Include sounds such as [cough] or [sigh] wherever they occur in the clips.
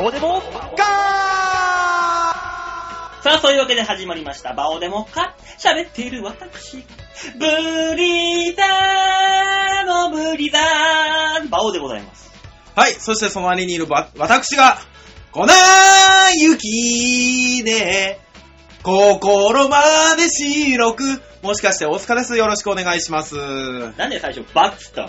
オでもガーさあ、そういうわけで始まりました。バオでもか喋っている私。ブリザーのブリザーバオでございます。はい、そして隣にいるわ私が、粉雪で、心まで白く、もしかして大塚です。よろしくお願いします。なんで最初バっつったの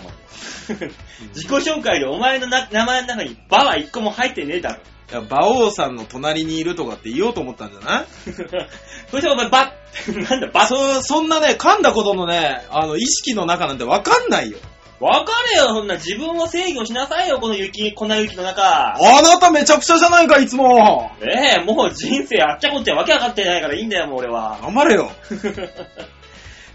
自己紹介でお前のな名前の中にバは一個も入ってねえだろ。 [laughs] いや馬王さんの隣にいるとかって言おうと思ったんじゃないそしてお前バッ [laughs] なんだバッそ、そんなね、噛んだことのね、あの、意識の中なんてわかんないよ。わかれよ、そんな自分を制御しなさいよ、この雪、粉雪の中。あなためちゃくちゃじゃないか、いつもええもう人生あっちゃこっちゃわけわかってないからいいんだよ、もう俺は。頑張れよ。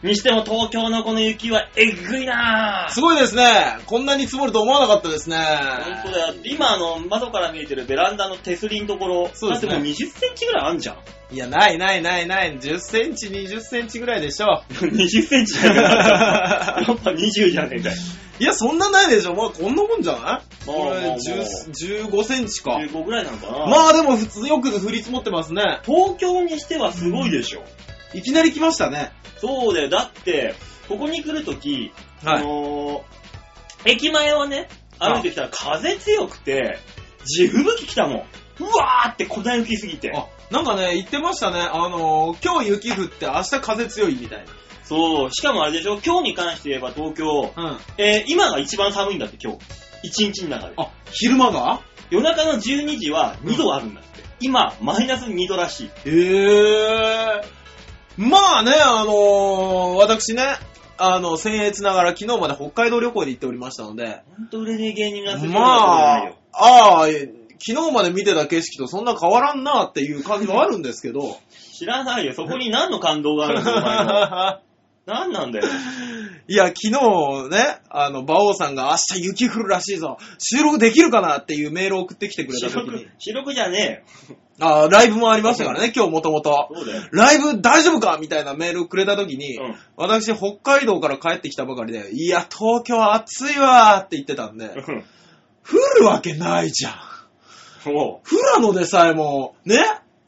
にしても東京のこの雪はえぐいなぁ。すごいですね。こんなに積もると思わなかったですね。本当だよ。今、あの、窓から見えてるベランダの手すりのところ、そうですねだってもう20センチぐらいあんじゃ [laughs] ん。いや、ないないないない。10センチ、20センチぐらいでしょ。 20センチじゃねえか。 [laughs] やっぱ20じゃねえかよ。いや、そんなないでしょ。まあ、こんなもんじゃないまあこれまあまあ10 15センチか。 15ぐらいなのかな。まあでも、普通よく降り積もってますね。東京にしてはすごいでしょ。いきなり来ましたね。そうだよ。だって、ここに来るとき、あはい。のー駅前はね、歩いてきたら風強くて、地吹雪来たもん。うわーって粉雪すぎて。あ、なんかね、言ってましたね。あのー、今日雪降って明日風強いみたいそう、しかもあれでしょ、今日に関して言えば東京、な。うん。えー今が一番寒いんだって今日。一日の中で。あ、昼間が夜中の12時は2度あるんだって。今、マイナス2度らしい。へえ。まあね、あのー、私ね、あの、僭越ながら昨日まで北海道旅行で行っておりましたので、ほんと売れねえ芸人がするまあ、ああ、え昨日まで見てた景色とそんな変わらんなっていう感じはあるんです [laughs] けど、知らないよ。そこに何の感動があるんだよお前の何なんだよ。いや、昨日ね、あの、馬王さんが明日雪降るらしいぞ、収録できるかなっていうメールを送ってきてくれた視時力に、、視力じゃねあーライブもありましたからね、今日もともとえ。よ。そうだよ。ライブ大丈夫かみたいなメールくれた時に、うん私、北海道から帰ってきたばかりで、いや、東京暑いわーって言ってたんで、 [laughs] 降るわけないじゃん。そ富良野でさえも、ね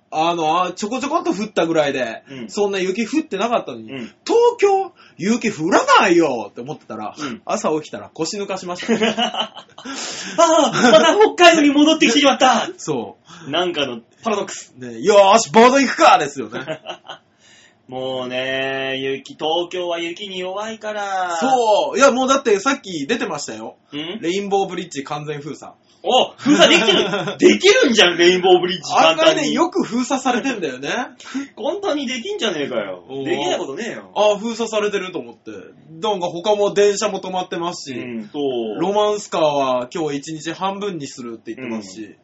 あの、あちょこちょこっと降ったぐらいで、うんそんな雪降ってなかったのに、うん東京、雪降らないよって思ってたら、うん朝起きたら腰抜かしまう。した。 [laughs] [laughs] ああ、また北海道に戻ってきてしまったそなんかのパラドックス。 [laughs] う。ね、よーし、ボード行くかですよね。もうね、雪、東京は雪に弱いから。そう。いや、もうだってさっき出てましたよ。うんレインボーブリッジ完全封鎖。お封鎖できて [laughs] るできるんじゃん、レインボーブリッジ簡あんな単ね、に。よく封鎖されてんだよね。簡単にできんじゃねえかよお。ーできないことねえよ。ああ、封鎖されてると思って。なんか他も電車も止まってますうし、ん、そう。ロマンスカーは今日一日半分にするって言ってますし。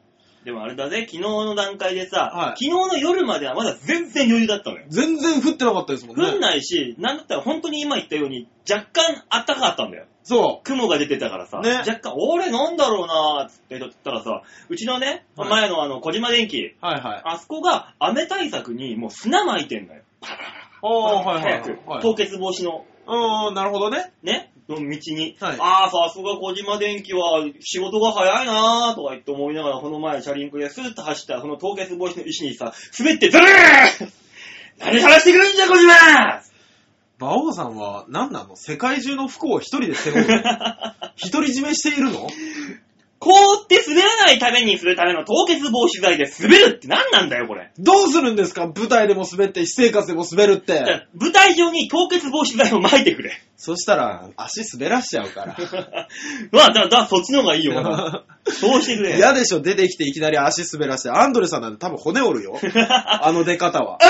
でもあれだぜ、昨日の段階でさ、は昨い日の夜まではまだ全然余裕だったのよ。全然降ってなかったですもんね。降んないし、なんだったら本当に今言ったように、若干暖かかったんだよ。そ雲が出てたからさ、ね若干、俺なんだろうなーっつって言ったらさ、うちのね、はい前のあの、小島電機、う。はいはい。あそこが雨対策にもう砂撒いてんだよ。ああ、はいはい早く、凍結防止の、はい。うん、なるほどね。ね、の道に。はいああ、さすが小島電機は仕事が早いなーとか言って思いながら、この前、車輪クでスーッと走った、その凍結防止の石にさ、滑って、ズルー [laughs] 何話してくるんじゃ、小島馬王さんは何なの世界中の不幸を一人で [laughs] 背負うの独り占めしているの凍って滑らないためにするための凍結防止剤で滑るって何なんだよ、これ。どうするんですか舞台でも滑って、私生活でも滑るっじゃて。あ舞台上に凍結防止剤を撒いてくれ。そしたら、足滑らしちゃうから。まあ、だ、だ、そっちの方がいいよ、まだそうしてくれ。嫌でしょ出てきていきなり足滑らして。アンドレさんなんて多分骨折 [laughs] るよ。あの出方は。あ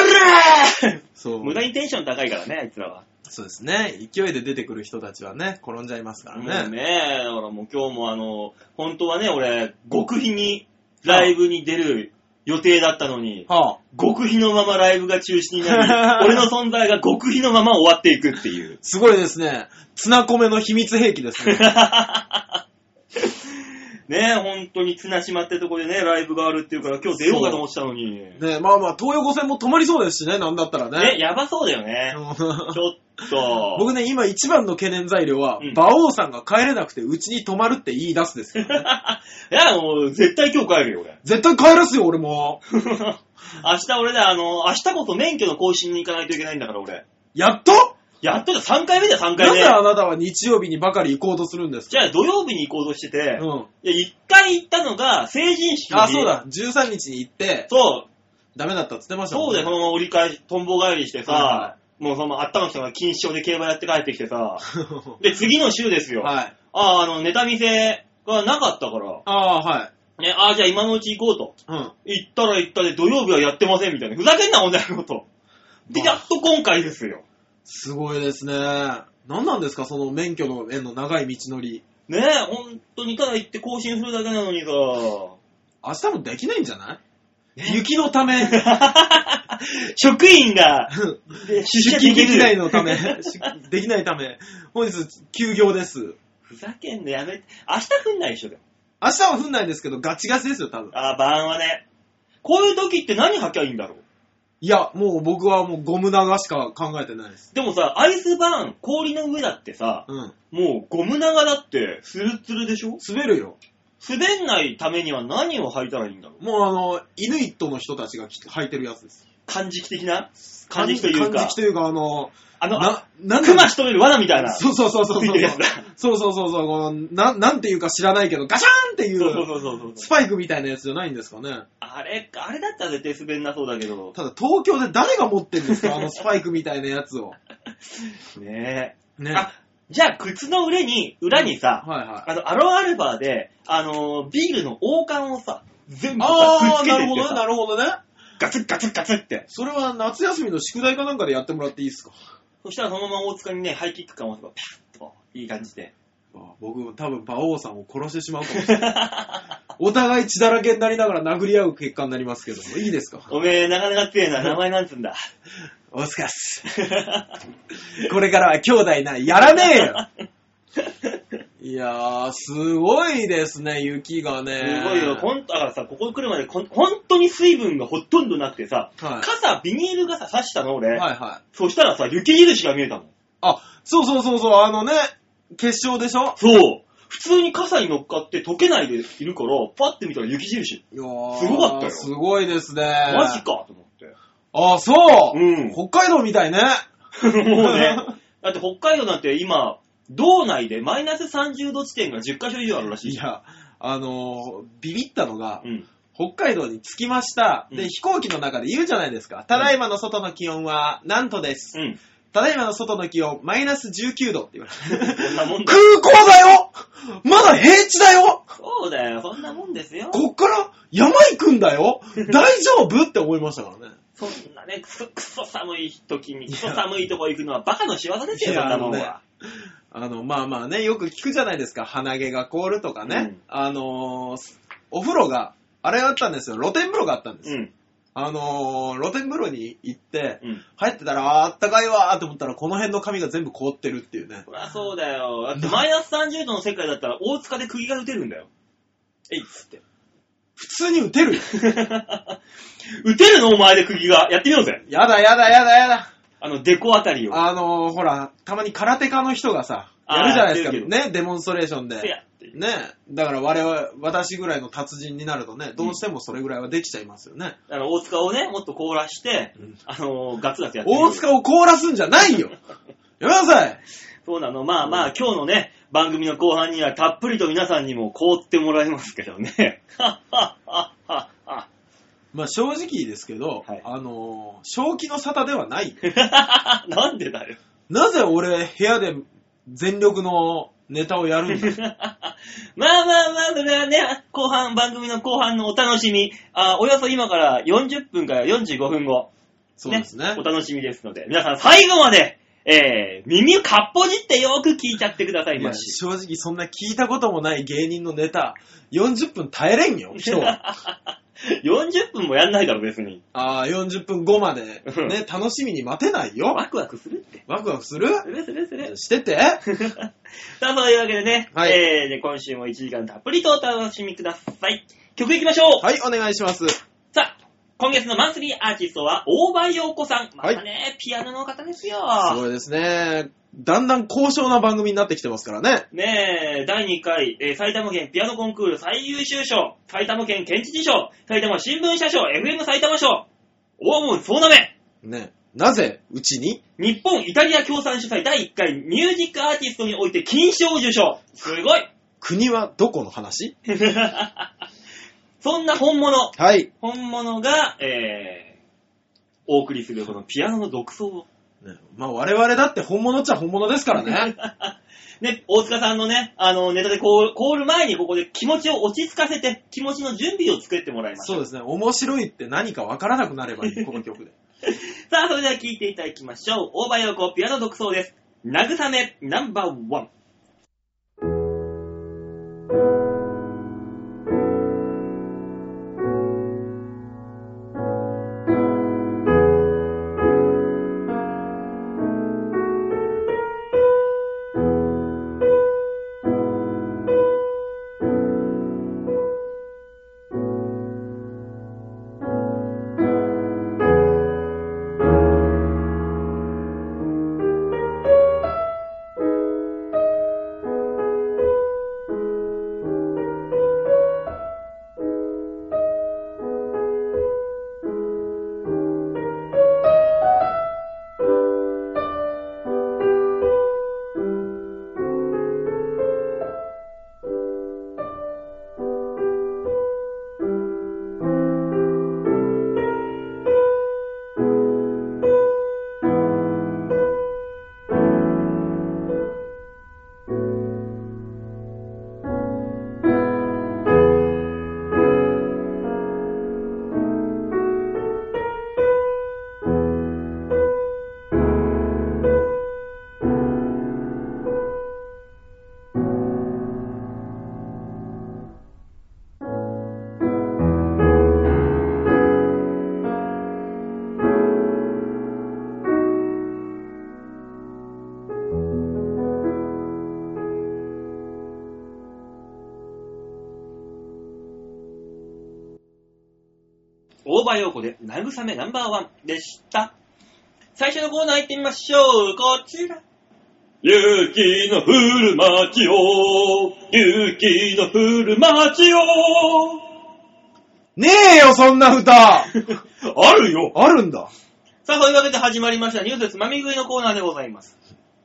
らーそう。無駄にテンション高いからね、あいつらは。そうですね。勢いで出てくる人たちはね、転んじゃいますかもうらね。ねえ、だからもう今日もあの、本当はね、俺、極秘にライブに出る予定だったのに、はあ。極秘のままライブが中止にな [laughs] り、俺の存在が極秘のまま終わっていくっていう。 [laughs] すごいですね。ツナコメの秘密兵器ですね。ねえ、本当に綱島ってとこでね、ライブがあるっていうから今日出ようかと思ってたのに。ねねまあまあ、東横線も止まりそうですしね、なんだったらね。やばそうだよね。うんちょっと。 [laughs] 僕ね、今一番の懸念材料は、うん馬王さんが帰れなくてうちに泊まるって言い出すです [laughs] いよ。[laughs] や、もう絶対今日帰るよ、俺。 [laughs] 絶対帰らすよ、俺も。明日俺ね、あの、明日こそ免許の更新に行かないといけないんだから、俺。やっとやっとだ、3回目だよ、3回なん目。であなたは日曜日にばかり行こうとするんですじかゃあ土曜日に行こうとしてて、うん。いや、1回行ったのが成人式の日あ、そう。だ。13日に行って、そう、ダメだったって言ってましたもそんうだね。よ、そのまま折り返し、とんぼ返りしてさ、はいはもうその、あったの人が錦糸町で競馬やって帰ってきてさ、そうで、次の週ですよ。 [laughs] はい。ああ、あの、ネタ見せがなかったから、ああ、はい。ね、ああ、じゃあ今のうち行こうと。うん。行ったら行ったで土曜日はやってませんみたいな。ふざけんな、女の子と。で、まあやっと今回ですよ。すごいですね。何なんですか、その免許の縁の長い道のり。ねえ、本当にただ行って更新するだけなのにさ。明日もできないんじゃない、ね雪のため、 [laughs] 職員が、で出出社勤できできないる。の [laughs] ため、出 [laughs] できないため、本日休業です。ふざけんのやめて。明日降んないでしょ、でも。明日は降んないですけど、ガチガチですよ、多分。ああ、晩はね。こういう時って何履きゃいいんだろう。いや、もう僕はもうゴム長しか考えてないです。でもさ、アイスバーン、氷の上だってさ、うん。もうゴム長だって、ツルツルでしょ滑るよ。滑んないためには何を履いたらいいんだろう。もうあの、イヌイットの人たちが着て履いてるやつです。漢字的な漢字という漢か字、というか、あの、あの、な、なん熊仕留める罠みたいな。そうそうそうそう [laughs] ついそてうるやつだ。そうそうそうそう、この、な、なんていうか知らないけど、ガシャーンっていそうそうう、そうそうスそう。パイクみたいなやつじゃないんですかね。あれ、あれだったら絶対滑んなそうだけど。ただ、東京で誰が持ってるんですかあのスパイクみたいなやつを。ねえ。ね。あ、じゃあ靴の裏に、裏にさ、はいはい。あの、アロアルバーで、あのー、ビールの王冠をさ、全部さ、くっあつー、けなてっるほてどね、さ、なるほどね。ガツッガツッガツッって。それは夏休みの宿題かなんかでやってもらっていいですかそしたらそのまま大塚にね、ハイキック感を出せば、ピャッと、いい感じで。僕、多分、馬王さんを殺してしまうかもしれない。お互い [laughs] 血だらけになりながら殴り合う結果になりますけども、いいですかおめえ、なかなか強いな、名前なんつうんだ。おつかっす。 [laughs] これからは兄弟な、やらねえよいやー、すごいですね、雪がね。 [laughs] すごいよ、ほんと、だからさ、ここに来るまでこん、本当に水分がほとんどなくてさ、はい傘、ビニール傘差したの俺、はいはい。そしたらさ、雪印が見えたもん。あ、そうそうそうそう、あのね、決勝でしょそう。普通に傘に乗っかって溶けないでいるから、パッて見たら雪印。いやーすごかったよすごいですね。マジかと思って。あ、そう、うん北海道みたいね。 [laughs] もうね。だって北海道なんて今、道内でマイナス30度地点が10カ所以上あるらしいいじゃん。や、あのービビったのが、うん。北海道に着きました。うで、ん飛行機の中で言うじゃないですか。ただいまの外の気温は、なんとです。うん。ただいまの外の気温、マイナス19度って言われて。こんなもんだ空。港だよまだ平地だよそうだよ、そんなもんですよ。こっから山行くんだ [laughs] よ大丈夫って思いましたからね。そんなね、くそ、くそ寒い時に、くそ寒いとこ行くのはバカの仕業ですよ、いそやんなもんあは。あの、まあまあね、よく聞くじゃないですか。鼻毛が凍るとかね。うんあのーお風呂が、あれがあったんですよ。露天風呂があったんです。うん。あのー露天風呂に行って、うん。入ってたら、あーあったかいわーって思ったら、この辺の髪が全部凍ってるっていうね。そりゃそうだよ。だってマイナス30度の世界だったら大塚で釘が打てるんだよ。えいっつって。普通に打てるよ。 [laughs] 打てるのお前で釘が。やってみようぜ。やだやだやだやだ。あの、デコあたりを。あのー、ほら、たまに空手家の人がさ、あーやるじゃないですやか。ってるね、デモンストレーションせやで。っていう。ね、だから我々、私ぐらいの達人になるとね、どうしてもそれぐらいはできちゃいますよね。あの、大塚をね、もっと凍らしてうん、あの、ガツガツやってみよう大よ塚を凍らすんじゃな [laughs] いよやめなさいそうなの。まあまあ、今日のね、番組の後半にはたっぷりと皆さんにも凍ってもらいますけどね。 [laughs] はっはっはっはっは。まあ正直ですけど、はいあのー、正気の沙汰ではないよ。なんでだよ。 [laughs] なぜ俺、部屋で全力のネタをや [laughs] るんだまあまあまあ、それはね、後半、番組の後半のお楽しみ、あおよそ今から40分から45分後、そうですねお。楽しみですので、皆さん最後までえー、耳をかっぽじってよく聞いちゃってくださいいまやし。正直そんな聞いたこともない芸人のネタ、40分耐えれん [laughs] よ、[laughs] 人は。 40分もやんないだろ、別に。ああ、40分後まで、ね、楽しみに待てないよ。ワクワクするって。ワクワクするするするする。 [laughs] しててさあ、そういうわけでね、はいえー、で今週も1時間たっぷりとお楽しみください。曲いきましょう、はい、お願いします。さあ、今月のマンスリーアーティストは、大場陽子さん。まはいたね、ピアノの方ですよ。すごいですね。だんだん高尚な番組になってきてますからね。ねえ、第2回、えー埼玉県ピアノコンクール最優秀賞、埼玉県県知事賞、埼玉新聞社賞、FM 埼玉賞、大門総なめ、ね。なぜ、うちに日本イタリア協賛主催第1回ミュージックアーティストにおいて金賞受賞。すごい [laughs] 国はどこの話そんな本物、はい。本物が、えー、お送りするこのピアノの独奏を。ねまあ我々だって本物っちゃ本物です [laughs] からね。ね、大塚さんのね、あの、ネタでこう凍る前にここで気持ちを落ち着かせて、気持ちの準備を作ってもらいます。そうですね。面白いって何かわからなくなればい [laughs] い、この曲で。さあ、それでは聴いていただきましょう。大場陽子ピアノ独奏です。慰めナンバーワン。大場陽子で慰めナンバーワンでした。最初のコーナー行ってみましょう。こちら。雪の降る街を、雪の降る街を、ねえよ、そんなあ歌るよ。あるんだ。 [laughs] さあ、そういうわけで始まりました。ニュースつまみ食いのコーナーでございます。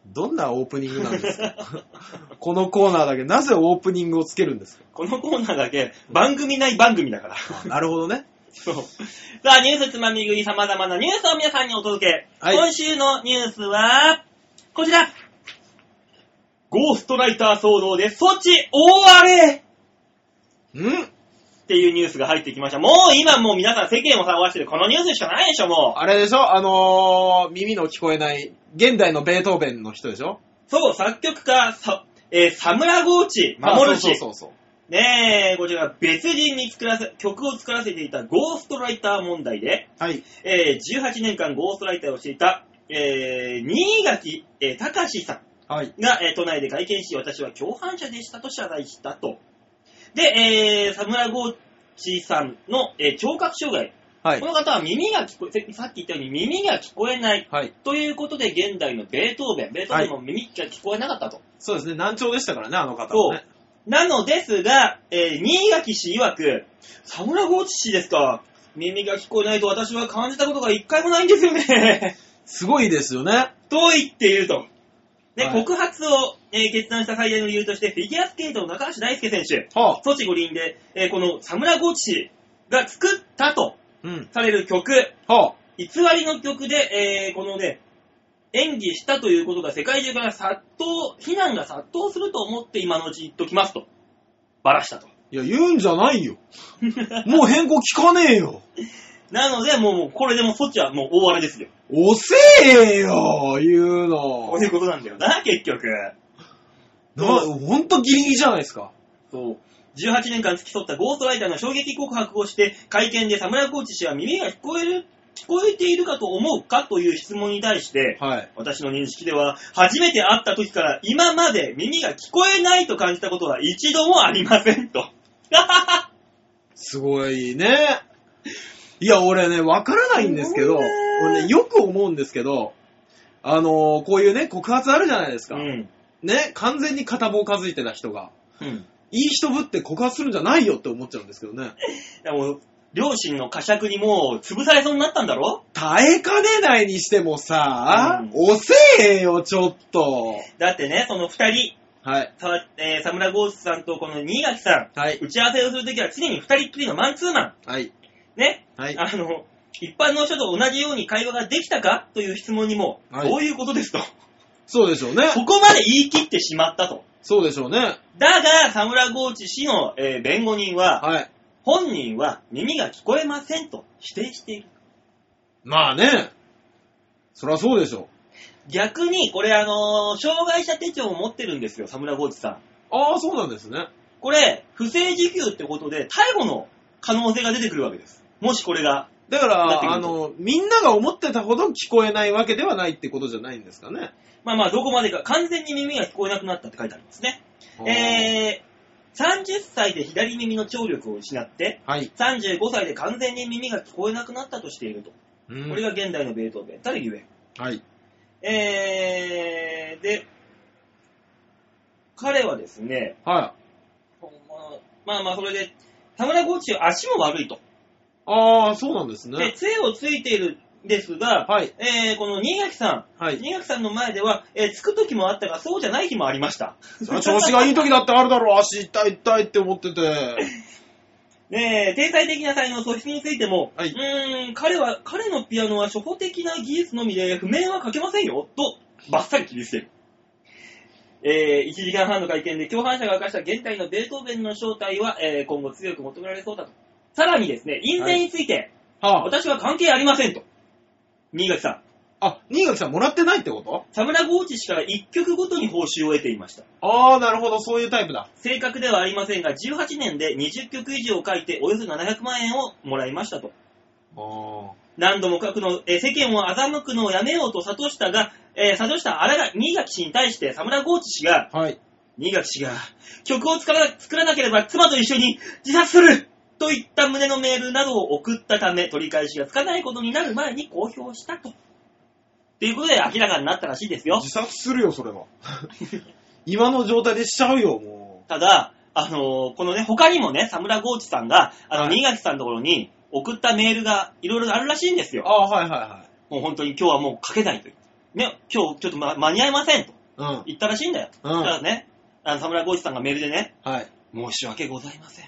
どんなオープニングなんですか [laughs] このコーナーだけ、なぜオープニングをつけるんですかこのコーナーだけ、番組ない番組だから。あなるほどね。そう。 [laughs] さあ、ニュースつまみ食い様々なニュースを皆さんにお届け。はい今週のニュースは、こちら。ゴーストライター騒動で措置大荒れんっていうニュースが入ってきました。もう今もう皆さん世間を騒がしてるこのニュースしかないでしょ、もう。あれでしょあのー、耳の聞こえない、現代のベートーベンの人でしょそう、作曲家、さえー、サムラゴーチ、守るし、そうそうそうそう。ねえ、こちら別人に作らせ、曲を作らせていたゴーストライター問題で、はい。えー18年間ゴーストライターをしていた、えー新垣、えー隆さん。はい。が、えー都内で会見し、私は共犯者でしたと謝罪したと。で、えー、サムラゴーチさんの、えー聴覚障害。はいこ。の方は耳が聞こえ、ささっき言ったように耳が聞こえない。はい。ということで、現代のベートーベン。ベートーベンも耳が聞こえなかったと。そうですね。難聴でしたからね、あの方はね。なのですが、えー新垣氏曰く、サムラゴーチ氏ですか。耳が聞こえないと私は感じたことが一回もないんですよね。すごいですよね。と言っていると。で、はい告発を、えー決断した最大の理由として、フィギュアスケートの高橋大輔選手、はあ。ソチ五輪で、えーこのサムラゴーチ氏が作ったとうん。される曲、はあ。偽りの曲で、えーこのね、演技したということが世界中から殺到、非難が殺到すると思って今のうち言っときますと。ばらしたと。 [laughs] いや、言うんじゃないよ。もう変更聞かねえよ。なので、もう、これでもう措置はもう大荒れですよ。遅えよ、言うこのう。いうことなんだよな、結局。なほんとギリギリじゃないですか。そう。18年間付き添ったゴーストライターの衝撃告白をして、会見で侍コーチ氏は耳が聞こえる、聞こえているかと思うかという質問に対して、はい。私の認識では、初めて会った時から今まで耳が聞こえないと感じたことは一度もありませんと。すごいね。いや、俺ね、わからないんですけど、すごいね俺ね、よく思うんですけど、あのーこういうね、告発あるじゃないですうか。ん。ね、完全に片棒かづいてた人が、うん。いい人ぶって告発するんじゃないよって思っちゃうんですけどね。でも、両親の呵責にもう潰されそうになったんだろ耐えかねないにしてもさ、うん遅えよ、ちょっと。だってね、その二人、はい。さえー、サムラゴースさんとこの新垣さん、はい。打ち合わせをするときは常に二人っきりのマンツーマン。はい。ね、はい。あの、一般の人と同じように会話ができたかという質問にも、はいどういうことですと。そうでしょうね。そこまで言い切ってしまったと。そうでしょうね。だが、サムラゴーチ氏の、えー弁護人は、はい。本人は耳が聞こえませんと否定している。まあね。そりゃそうでしょ逆に、これあのー障害者手帳を持ってるんですよ、サムラゴーチさん。う。ああ、そうなんですね。これ、不正受給ってことで、逮捕の可能性が出てくるわけです。もしこれが。だかなってくるら、あの、みんなが思ってたほど聞こえないわけではないってことじゃないんですかね。まあまあ、どこまでか、完全に耳が聞こえなくなったって書いてありますね。えー、30歳で左耳の聴力を失って、あーはい。 35歳で完全に耳が聞こえなくなったとしていると。うんこれが現代のベートーベンたるゆえ。はい。えー、で、彼はですね、はい。まあまあそれで、田村コーチは足も悪いと。ああ、そうなんですで、ね。杖をついているんですが、はい。えー、この新垣さはん、い。新垣さんの前では、えーつく時もあったが、そうじゃない日もありました。そりゃ調子がいい時だってあるだろう。足痛い痛いって思ってて。ねえ、天才的な才能、素質についても、はいうーん、彼は、彼のピアノは初歩的な技術のみで、譜面は書けませんよ、と、バッサリ切り捨てる。えー、1時間半の会見で共犯者が明かした現代のベートーベンの正体は、えー今後強く求められそうだと。さらにですね、印税について、 [laughs] はあ。私は関係ありませんと。新垣さん、あ、新垣さんもらってないってことサムラゴーチ氏から1曲ごとに報酬を得ていました。ああ、なるほど。そういうタイプだ。正確ではありませんが、18年で20曲以上書いて、およそ700万円をもらいましたと。ああ。何度も書くの、えー世間を欺くのをやめようと諭したが、えー諭した新垣新垣氏に対して、侍コーチ氏が、はい。新垣氏が、曲を作ら作らなければ妻と一緒に自殺するといった旨のメールなどを送ったため、取り返しがつかないことになる前に公表したと。ということで明らかになったらしいですよ自。殺するよ、そ [laughs] れは。今の状態でしちゃうよ、もただ、あのーこのね、他にもね、侍コーチさんが、あの、はい新垣さんのところに送ったメールがいろいろあるらしいんですう。よ。ああ、はいはもう本当に今日はもう書けないという。ね、今日ちょっと、ま、間に合いませんと。いはい。言ったらしいんだよ。うんだからね、あの、侍浩一さんがメールでね、うん。はい。申し訳ございません。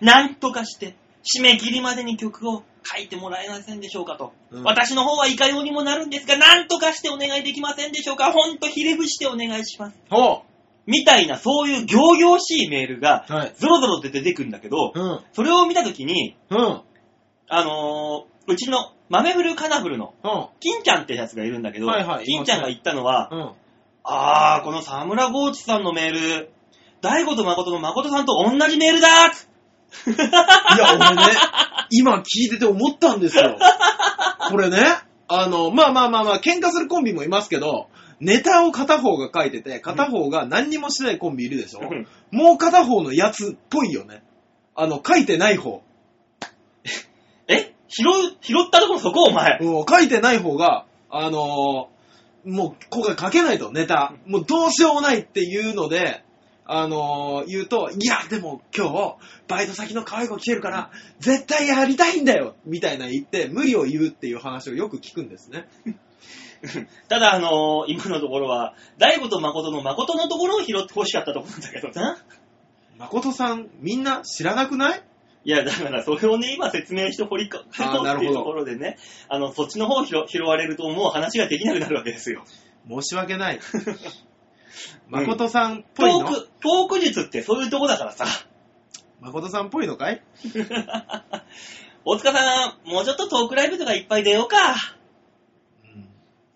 なんとかして、締め切りまでに曲を書いてもらえませんでしょうかと。うん私の方はいかようにもなるんですが、なんとかしてお願いできませんでしょうかほんとひれ伏してお願いします。ほみたいな、そういう行々しいメールが、う。はい。ゾロゾロって出てくるんだけど、うん。それを見たときに、うん。うん。あのーうちの、豆フルカナフルの、金ちゃんってやつがいるんだけど、はいはい金ちゃんが言ったのは、うん。あー、この沢村豪チさんのメール、大悟と誠の誠さんと同じメールだーいや、俺ね、今聞いてて思ったんですよ。これね、あの、まあまあまあまあ、喧嘩するコンビもいますけど、ネタを片方が書いてて、片方が何にもしてないコンビいるでしょ、うんもう片方のやつっぽいよね。あの、書いてない方。え拾う、拾ったところそこお前。もう書いてない方が、あのーもう今回書けないと、ネタ。もうどうしようもないっていうので、あのー言うと、いや、でも今日、バイト先の可愛い子来てるから、絶対やりたいんだよみたいな言って、無理を言うっていう話をよく聞くんですね。ただ、あのー、今のところは、大悟と誠の誠のところを拾って欲しかったと思うんだけどな。誠さん、みんな知らなくないいや、だから、それをね、今説明して掘りかけあーようっなるてほいどうところでね、あの、そっちの方を拾拾われるともう話ができなくなるわけですよ。申し訳 [laughs] ない。誠さんっぽいトの、ーク、トーク術ってそういうとこだからさ。誠さんっぽいのかい大塚さん、もうちょっとトークライブとかいっぱい出ようか。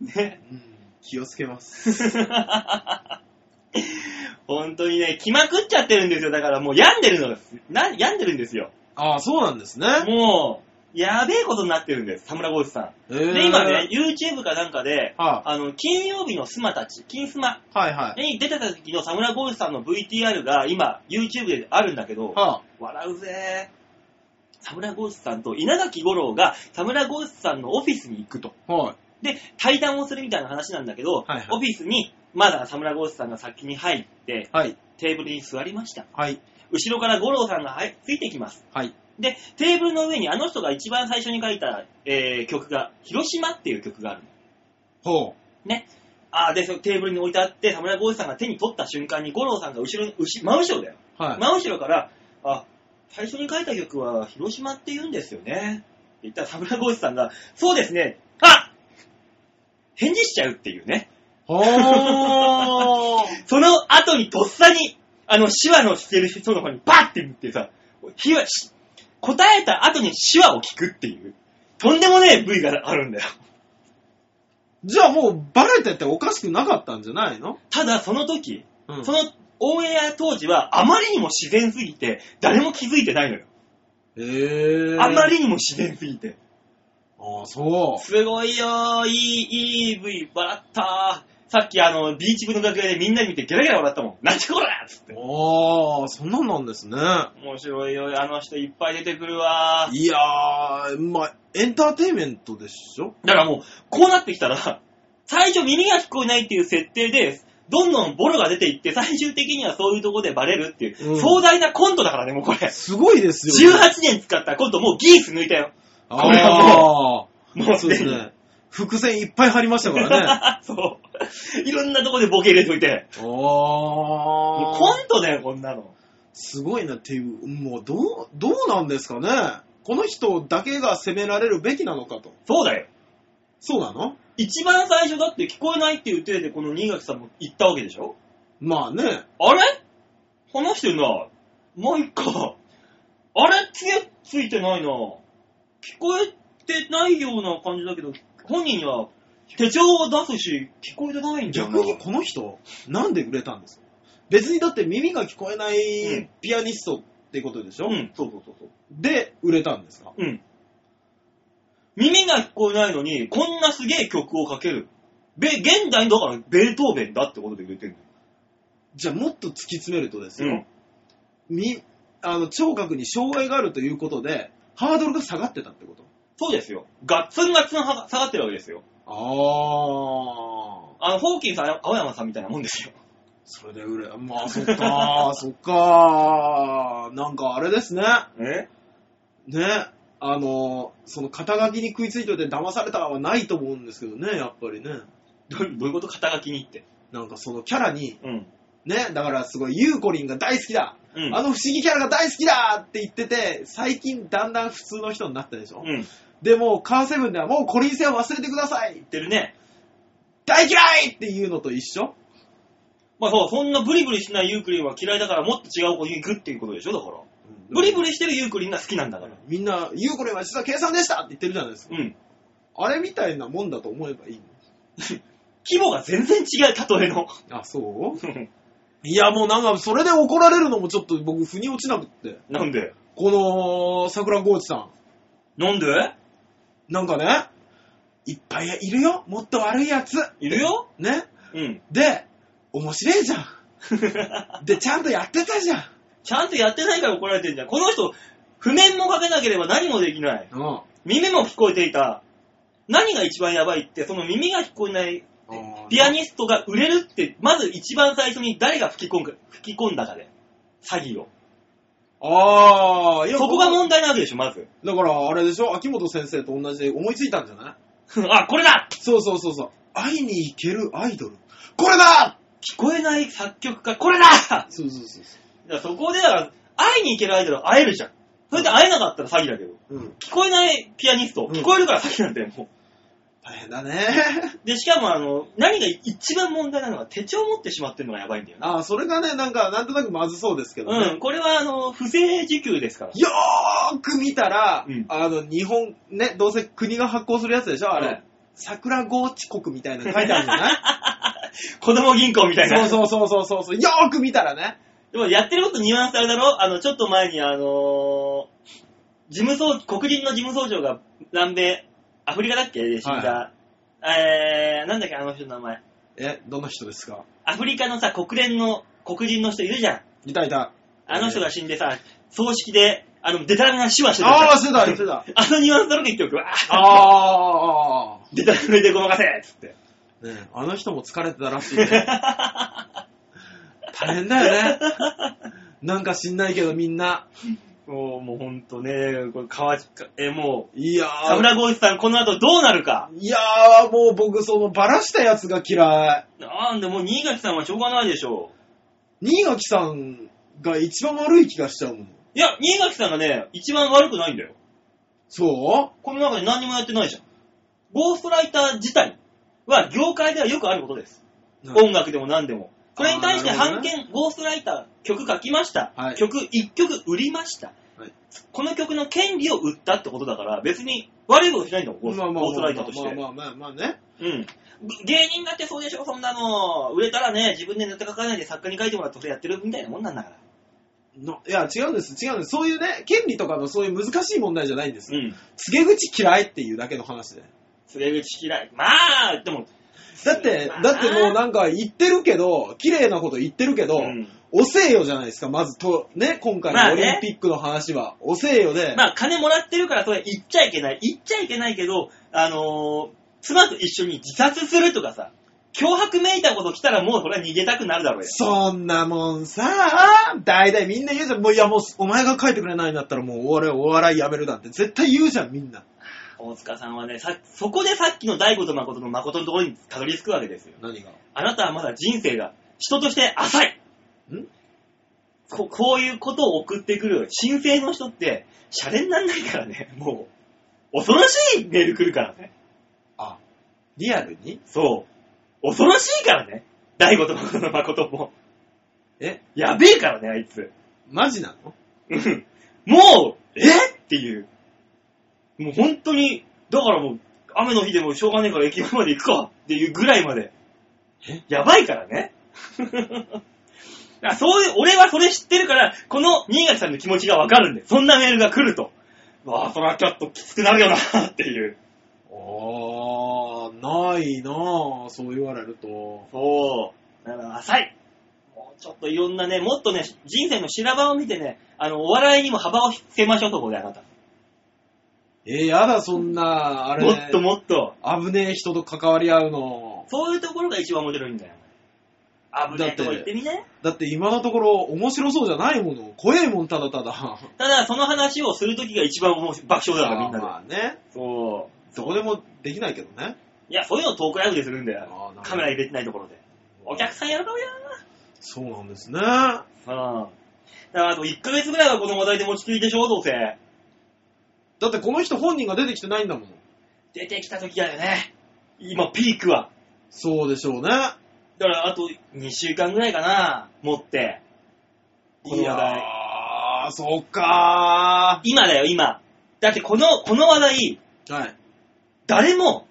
うんね。うん気をつけます。本当にね、気まくっちゃってるんですよ。だからもう病んでるのが、な病んでるんですよ。ああ、そうなんですね。もう、やべえことになってるんです、田村剛志さえん。ーで、今ね、、YouTube かなんかで、はあの、金曜日のスマたち、金スマあ、はいはい。に出てた時の田村剛志さんの VTR が今、YouTube であるんだけど、は笑うぜ田村剛志さんと稲垣吾郎が田村剛志さんのオフィスに行くと。あ、はい。で、対談をするみたいな話なんだけど、はいはいオフィスにまだ田村剛志さんが先に入って、はい。テーブルに座りました。はい。後ろから五郎さんがはいついてきます。はい。で、テーブルの上にあの人が一番最初に書いた、えー曲が、広島っていう曲があるの。ほね。ああ、で、そのテーブルに置いてあって、田村剛志さんが手に取った瞬間に五郎さんが後ろに、後真後ろだよ。う。はい。真後ろから、あ、最初に書いた曲は広島って言うんですよね。って言ったら田村剛志さんが、そうですね。あ返事しちゃうっていうね。ほー。その後にとっさに、あの、手話のしてる人の方にバッて見てさ、ひわし答えた後に手話を聞くっていう、とんでもねえ部位があるんだよ。じゃあもうバレてておかしくなかったんじゃないのただ、その時、うんそのオンエア当時はあまりにも自然すぎて、誰も気づいてないのよ。へえ。あま。りにも自然すぎて。ああ、そう。すごいよー、いい、いい V、笑ったー。さっきあの、ビーチ部の楽屋でみんなで見てゲラゲラ笑ったもん。なんてこらっつって。ああ、そんなんなんですね。面白いよ、あの人いっぱい出てくるわー。いやー、まあ、エンターテインメントでしょだからもう、こうなってきたら、最初耳が聞こえないっていう設定で、どんどんボロが出ていって、最終的にはそういうとこでバレるっていう、うん壮大なコントだからね、もうこれ。すごいですよ、 18年使ったコント、もうギース抜いたよ。あこれはあもう、もそうですね。伏線いっぱい張りましたからね。ね。 [laughs] そう。いろんなとこでボケ入れといて。もうあコあ。ントだよ、こんなの。すごいなっていう、もうどう、どうなんですかね。この人だけが責められるべきなのかと。そうだよ。そうなの一番最初だって聞こえないっていう体で、この新垣さんも言ったわけでしょまあね。あれ話してるな。もう一個。あれつげついてないな。聞こえてないような感じだけど、本人には手帳を出すし、聞こえてないんじゃん。逆にこの人、なんで売れたんですか別にだって耳が聞こえなういんピアニストってことでしょ、うん、そうそうそうそう。で、売れたんですかうん。耳が聞こえないのに、こんなすげえ曲をかける。べ、現代のだからベートーベンだってことで言ってるじゃあもっと突き詰めるとですうよ、ん。みあの聴覚に障害があるということで、ハードルが下がってたってことそうですよ。ガッツンガッツンは下がってるわけですよ。ああ、あの、ホーキンさん、青山さんみたいなもんですよ。それで売れ、まあそっか、 [laughs] そっか、なんかあれですね、えね、あの、その肩書きに食いついてて騙されたはないと思うんですけどね、やっぱりね。どうどういうこと肩書きにって。なんかそのキャラに、うん。ね、だからすごい、ゆうこりんが大好きだ、うん。あの不思議キャラが大好きだって言ってて、最近だんだん普通の人になったでしょ、うん。でも、カーセブンではもうコリン星を忘れてください言ってるね。大嫌いっていうのと一緒まあそう、そんなブリブリしないユークリンは嫌いだからもっと違う子に行くっていうことでしょ、だから。ブリブリしてるユークリンが好きなんだから。みんな、ゆうこりんは実は計算でしたって言ってるじゃないですか。うん。あれみたいなもんだと思えばいい規模が全然違う、例えの。あ、そういや、もうなんか、それで怒られるのもちょっと僕、腑に落ちなくって。 [laughs] なんでこの、桜コーチさん。なんでなんかね、いっぱいいるよ。もっと悪いやつ。いるよね。うん。 [laughs] で、面白いじゃん。で、ちゃんとやってたじゃん。ちゃんとやってないから怒られてんじゃん。この人、譜面もかけなければ何もできない。うん。耳も聞こえていた。何が一番やばいって、その耳が聞こえないピアニストが売れるって、まず一番最初に誰が吹き込んか吹き込んだかで。詐欺を。ああ、いや、そこが問題なわけでしょ、まず。だから、あれでしょ秋元先生と同じで思いついたんじゃない [laughs] あ、これだそうそうそうそう。会いに行けるアイドル。これだ聞こえない作曲家、これだだかそうそうそうそらそこでは、会いに行けるアイドルは会えるじゃん。それで会えなかったら詐欺だけど。う。うん。聞こえないピアニスト、うん聞こえるから詐欺なんだよ、も大変だね。で、しかもあの、何が一番問題なのは手帳を持ってしまってるのがやばいんだよな。ああ、それがね、なんか、なんとなくまずそうですけどね。うん、これはあの、不正受給ですから。よーく見たら、うんあの、日本、ね、どうせ国が発行するやつでしょ、あれ。うん桜合地国みたいなの書いてあるんじゃ [laughs] な子供銀行みたいいな。そうそうそうそうそう。よーく見たらね。でもやってることニュアンスあるだろあの、ちょっと前にあのー事務総、黒人の事務総長が南米、アフリカだっけ死んだ。えー、なんだっけあの人の名前。え、どんな人ですかアフリカのさ、国連の黒人の人いるじゃん。いたいた。あの人が死んでさ、葬式で、あの、デタラメな手話してたじゃんああ、してた、してた。 [laughs] あのニュアンスだろ結 [laughs] 局。わーああ、デタラメでごまかせつって。ね、あの人も疲れてたらしいね。大変だよね。なんか知んないけどみんな。 [laughs] もう、もうほんとね、これ、かわち、え、もいやう、サムー。ラゴイさん、この後どうなるか。いやー、もう僕そのバラしたやつが嫌い。なんで、もう、新垣さんはしょうがないでしょう。新垣さんが一番悪い気がしちゃうもん。いや、新垣さんがね、一番悪くないんだよ。そこの中で何にもやってないじゃん。ゴーストライター自体は業界ではよくあることです。う音楽でも何でも。それに対してあーなるほ版どね権、ゴーストライター、曲書きました。はい曲、一曲売りました、はいこの曲の権利を売ったってことだから、別に悪いことしないんだもん、ゴースまあまあまあゴーストライターとして。まあまあまあまあね。うん。芸人だってそうでしょ、そんなの。売れたらね、自分でネタ書かないで作家に書いてもらってそれやってるみたいなもんなんだから。のいや、違うんです、違うんです。そういうね、権利とかのそういう難しい問題じゃないんです。うん。告げ口嫌いっていうだけの話で。告げ口嫌い。まあ、でも、だって、だってもうなんか言ってるけど、綺麗なこと言ってるけど、うん遅えよじゃないですか、まずと、ね、今回まあのオねリンピックの話は、遅えよで、まあ、金もらってるから、それ言っちゃいけない。言っちゃいけないけど、あのー妻と一緒に自殺するとかさ、脅迫めいたこと来たらもうそれは逃げたくなるだろうよ。そんなもんさ、大体みんな言うじゃん、もういやもうお前が書いてくれないんだったらもう俺お笑いやめるなんて絶対言うじゃん、みんな。大塚さんはね、さそこでさっきの大悟と誠の誠のところにたどり着くわけですよ。何があなたはまだ人生が人として浅いんここういうことを送ってくる新生の人って、シャレになんないからね、もう。恐ろしいメール来るからね。あ、リアルにそう。恐ろしいからね。大悟と誠の誠も。え、やべえからね、あいつ。 [laughs] マジなのうんもう、えっていう。もう本当に、だからもう、雨の日でもしょうがねえから駅前まで行くかっていうぐらいまでえ。やばいからね。 [laughs] だからそういう、俺はそれ知ってるから、この新垣さんの気持ちがわかるんで、そんなメールが来ると。わあ、そらちょっときつくなるよ [laughs] な、っていう。あー、ないなぁ、そう言われると。そう。だから浅い。もうちょっといろんなね、もっとね、人生の修羅場を見てね、あの、お笑いにも幅をつけましょうと、ここであなた。えー、やだ、そんな、あれ、もっともっと。危ねえ人と関わり合うの。そういうところが一番面白いんだよ。危ないとこ行ってみね。だって今のところ面白そうじゃないもの。怖えもん、ただただ。ただ、その話をするときが一番面白い爆笑だから、みんなで。まあね、そどこでもできないけどね。う。いや、そういうのトークライブでするんだあーなるよほ。どカメラ入れてないところで。お客さんやるかもやそうなんですね。あうん。だから、あと1ヶ月ぐらいはこの話題で持ちきりでしょ、どうせ。だってこの人本人が出てきてないんだもん。出てきたときだよね。今、ピークは。そうでしょうね。だから、あと2週間ぐらいかな、持って。この話題。ー、そっか今だよ、今。だって、この、この話題、ー。はい。誰も、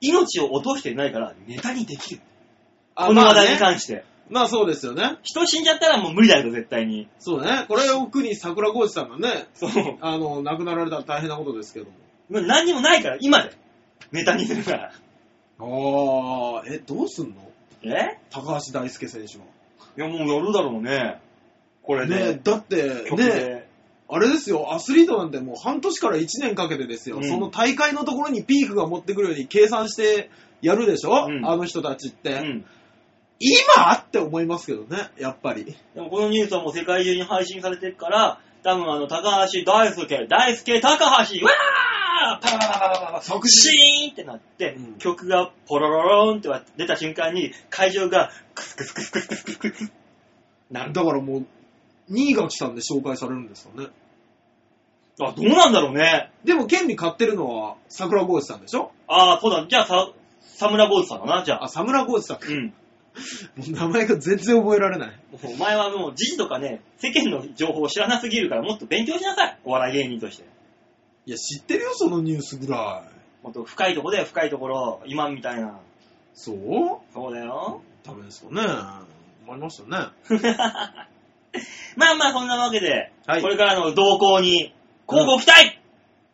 命を落としてないから、ネタにできる。あこの話題にまあね、関して。まあそうですよね。人死んじゃったらもう無理だけど、絶対に。そうね。これを苦に桜浩二さんがね、そう。あの、亡くなられたら大変なことですけどもう何にもないから、今で。ネタにするから。も。あー、え、どうすんのえ高橋大輔選手は。いや、もうやるだろうね。これねね。だって、曲ねで。あれですよ、アスリートなんてもう半年から1年かけてですよ、うんその大会のところにピークが持ってくるように計算してやるでしょ、うんあの人たちって。うん。今って思いますけどね、やっぱり。でもこのニュースはもう世界中に配信されてるから、多分あの、高橋大輔、大輔高橋、わーパラパラパラパラパラ、即シーンってなって、うん曲がポロロローンって出た瞬間に、会場がクスクスクスクスクスクスクス。なだる。からもう、新垣さんで紹介されるんですかね。あ、どうなんだろうね。でも、権利買ってるのは桜ゴーさんでしょああ、そうだ。じゃあ、さ、サムラゴーズさんだな、じゃあ。あ、サムラゴーさん。うん。もう名前が全然覚えられない。もうお前はもう時事とかね、世間の情報を知らなすぎるからもっと勉強しなさい。お笑い芸人として。いや、知ってるよ、そのニュースぐらい。もっと深いとこだよ、深いところ。今みたいな。そうそうだよ。 [laughs] ダメですかね。思いましたね。まあまあ、そんなわけで、はいこれからの動向に、乞うご期待、うん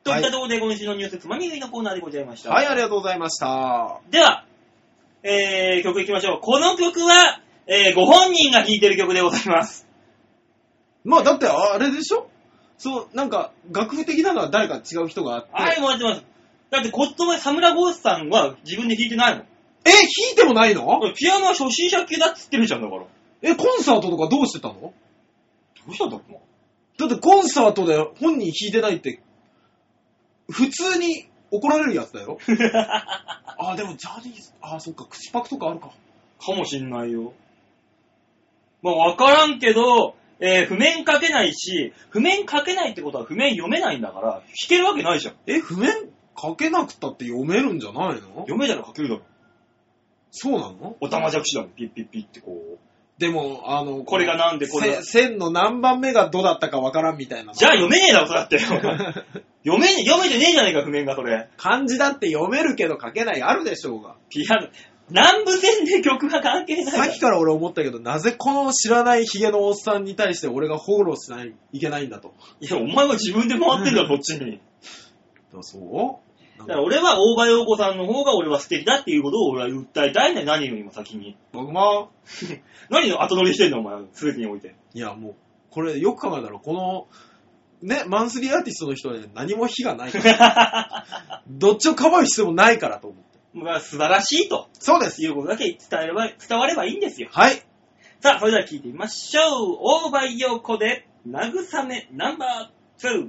といったところで、今週のニュースつまみ食いのコーナーでございました。はい、ありがとうございました。では、えー、曲いきましょう。この曲は、えー、ご本人が聴いてる曲でございます。まあ、だって、あれでしょそう、なんか、楽譜的なのは誰か違う人があって。はい、もらってます。だって、こっちもサムラゴースさんは自分で弾いてないの。え、弾いてもないのピアノは初心者級だっつってるじゃんだから。どえ、コンサートとかどうしてたのうしたんだろうなだってコンサートで本人弾いてないって、普通に怒られるやつだ [laughs] よ。あ、でもジャニーズ、あ、そっか、口パクとかあるか。かもしんないよ。まあ、わからんけど、えー譜面書けないし、譜面書けないってことは譜面読めないんだから、弾けるわけないじゃん。え、譜面書けなくたって読めるんじゃないの読めたら書けるだろ。そうなのおたまじゃくしだろ。ピッピッピッってこう。でも、あの、これがなんでこれがせ線の何番目がどだったかわからんみたいな。じゃあ読めねえだろ、それだって。 [laughs] 読めねえ、読めてねえじゃねえか、譜面がそれ。 [laughs] 漢字だって読めるけど書けないあるでしょうが。ピアノ。南部線で曲が関係ないださろ。っきから俺思ったけど、なぜこの知らないヒゲのおっさんに対して俺がフォローしないといけないんだと。いや、お前は自分で回ってんだろ、こっちに。でもそうなだんかから俺は大場陽子さんの方が俺は素敵だっていうことを俺は訴えたいね、何よりも先に。僕も、何の後乗りしてんの、お前は。全てにおいて。いやもう、これよく考えたら、この、ね、マンスリーアーティストの人はね何も非がないから。 [laughs] どっちをかばう必要もないからと思って。まあ、素晴らしいとそうで。いうことだけ伝えれば、伝わればいいんですよ。はい。さあ、それでは聞いてみましょう。大場陽子で、慰めナンバー2。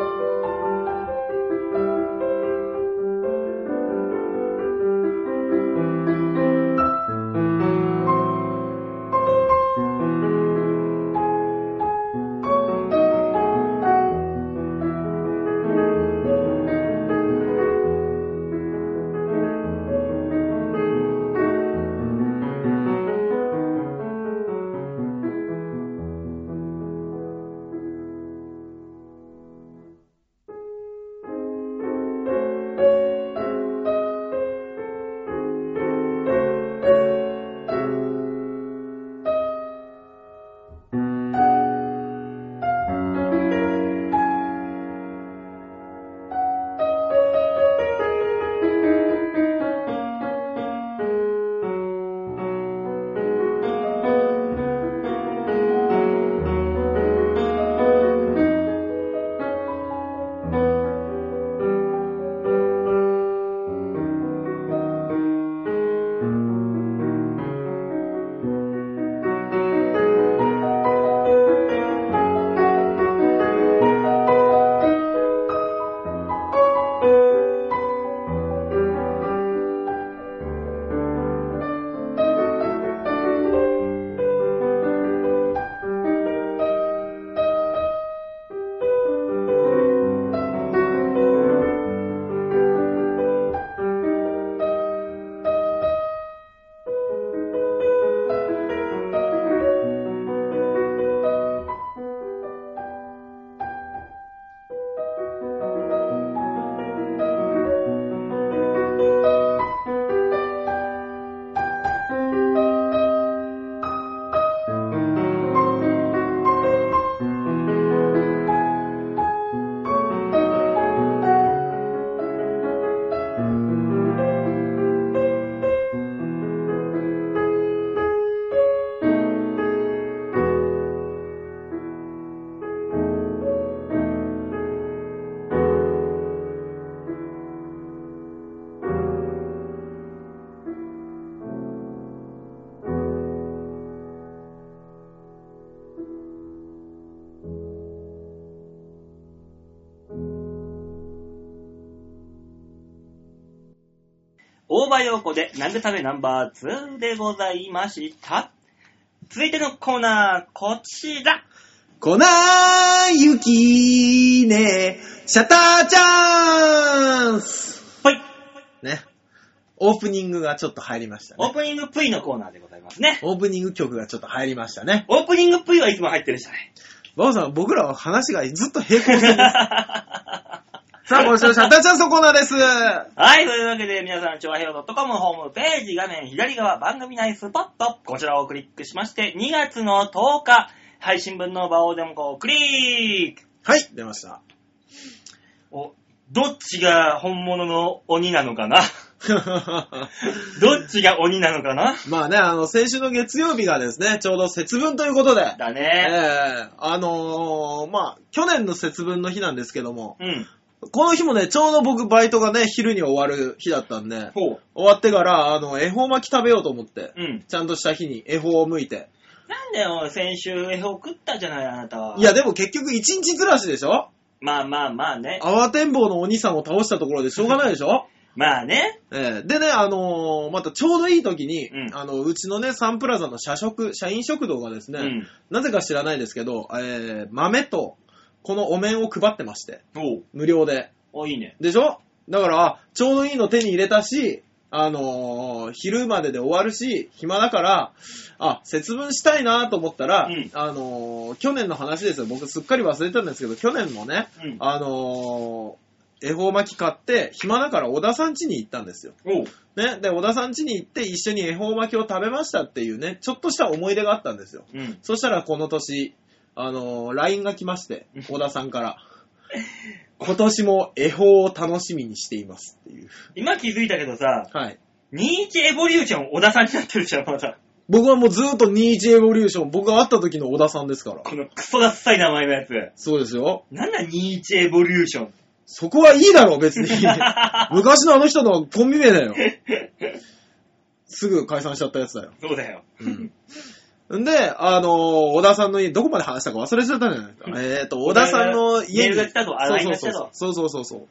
「大場陽子で慰めナンバー2でございました。続いてのコーナー、こちら。粉雪ね、シャッターチャンスはい。ね。オープニングがちょっと入りましたオーね。プニング V のコーナーでございますね。オープニング曲がちょっと入りましたね。オープニング V はいつも入ってるじゃない。バオさん、僕らは話がずっと並行してる。 [laughs] [laughs] さあ、今週のシャッターチャンスのコーナーです。はい、というわけで皆さん、調和表 .com ホームページ画面左側番組内スポット、こちらをクリックしまして、2月の10日、配信分の場をでもをクリックはい、出ま [laughs] した。お、どっちが本物の鬼なのか [laughs] などっちが鬼なのかなまあね、あの、先週の月曜日がですね、ちょうど節分ということで、だえね。えあのーまあ、去年の節分の日なんですけども、うん。この日もね、ちょうど僕バイトがね、昼に終わる日だったんで、ほう。終わってから、あの、恵方巻き食べようと思って、うん。ちゃんとした日に恵方を剥いて。なんだよ、先週、絵を食ったじゃない、あなたは。いや、、でも結局一日ずらしでしょまあまあまあね。慌てんぼうのお兄さんを倒したところでしょうがないでしょまあね。ええでね、あのーまたちょうどいい時に、うんあの、うちのね、サンプラザの社食、社員食堂がですうね、ん。なぜか知らないですけど、えー、豆と、このお面を配ってまして、おう。無料で。お、いいね。でしょだから、あちょうどいいの手に入れたし、あのー昼までで終わるし、暇だから、あ、節分したいなと思ったら、うんあのー去年の話ですよ。僕すっかり忘れてたんですけど、去年もね、うん。あのー恵方巻き買って、暇だから小田さん家に行ったんですよ。おう。ね。で、小田さん家に行って一緒に恵方巻きを食べましたっていうね、ちょっとした思い出があったんですよ。うん。そしたらこの年、あのー LINE が来ましてうん、小田さんから。今年も恵方を楽しみにしていますっていう。今気づいたけどさ、はい。 21エボリューション、小田さんになってるじゃん、まだ。僕はもうずーっと21エボリューション、僕が会った時の小田さんですから。このクソダッサい名前のやつ。そうですよ。なんだ21エボリューショ [laughs] ン。そこはいいだろ、別に。 [laughs] 昔のあの人のコンビ名だよ。すぐ解散しちゃったやつだよ。そうだよ。んで、あのー小田さんの家、どこまで話したか忘れちゃったんじゃないですか。えっと、小田さんのメー家ルにが来たと、あ、LINE が来たと。そうそうそうそうそうそう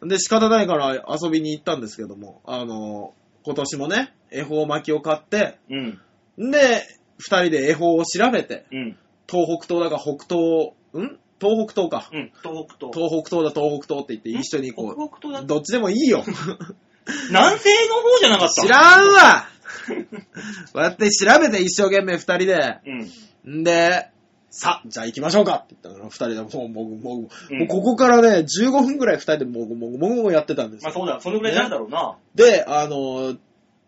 そう。で、仕方ないから遊びに行ったんですけども、あのー今年もね、恵方巻きを買って、うん。んで、二人で恵方を調べて、うん。東北東だか北東、ん東北東か。うん。東北東。東北東だ東北東って言ってん一緒にこ北北東だう、どっちでもいいよ。 [laughs] 南西の方じゃなかった知らんわ [laughs] こうやって調べて一生懸命二人で。うん。んで、さ、じゃあ行きましょうかって言ったの、二人でもう、もぐもぐ、もううんここからね、15分くらい二人でもぐもぐもぐもぐやってたんですまあよ。そうだ、そのぐらいになるだろうな。で、あのー、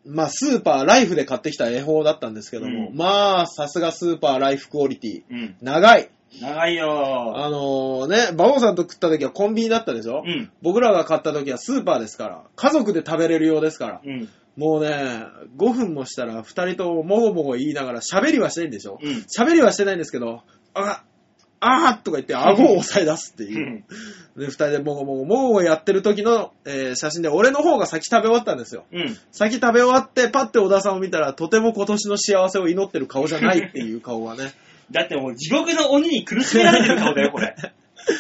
まあ、スーパーライフで買ってきた恵方だったんですけども、うんまあ、さすがスーパーライフクオリティ。うん。長い。長いよあのーね、馬王さんと食った時はコンビニだったでしょ、うん。僕らが買った時はスーパーですから、家族で食べれるようですから。うん。もうね、5分もしたら2人とももごもご言いながら喋りはしてないんでしょうん喋、りはしてないんですけど、あ、あーとか言って顎を押さえ出すってういう。ん。で、2人でもごもごもごもごやってる時の、えー写真で俺の方が先食べ終わったんですよ。うん。先食べ終わってパッて小田さんを見たらとても今年の幸せを祈ってる顔じゃないっていう顔がね。だってもう地獄の鬼に苦しめられてる顔だよ、こ [laughs] れ。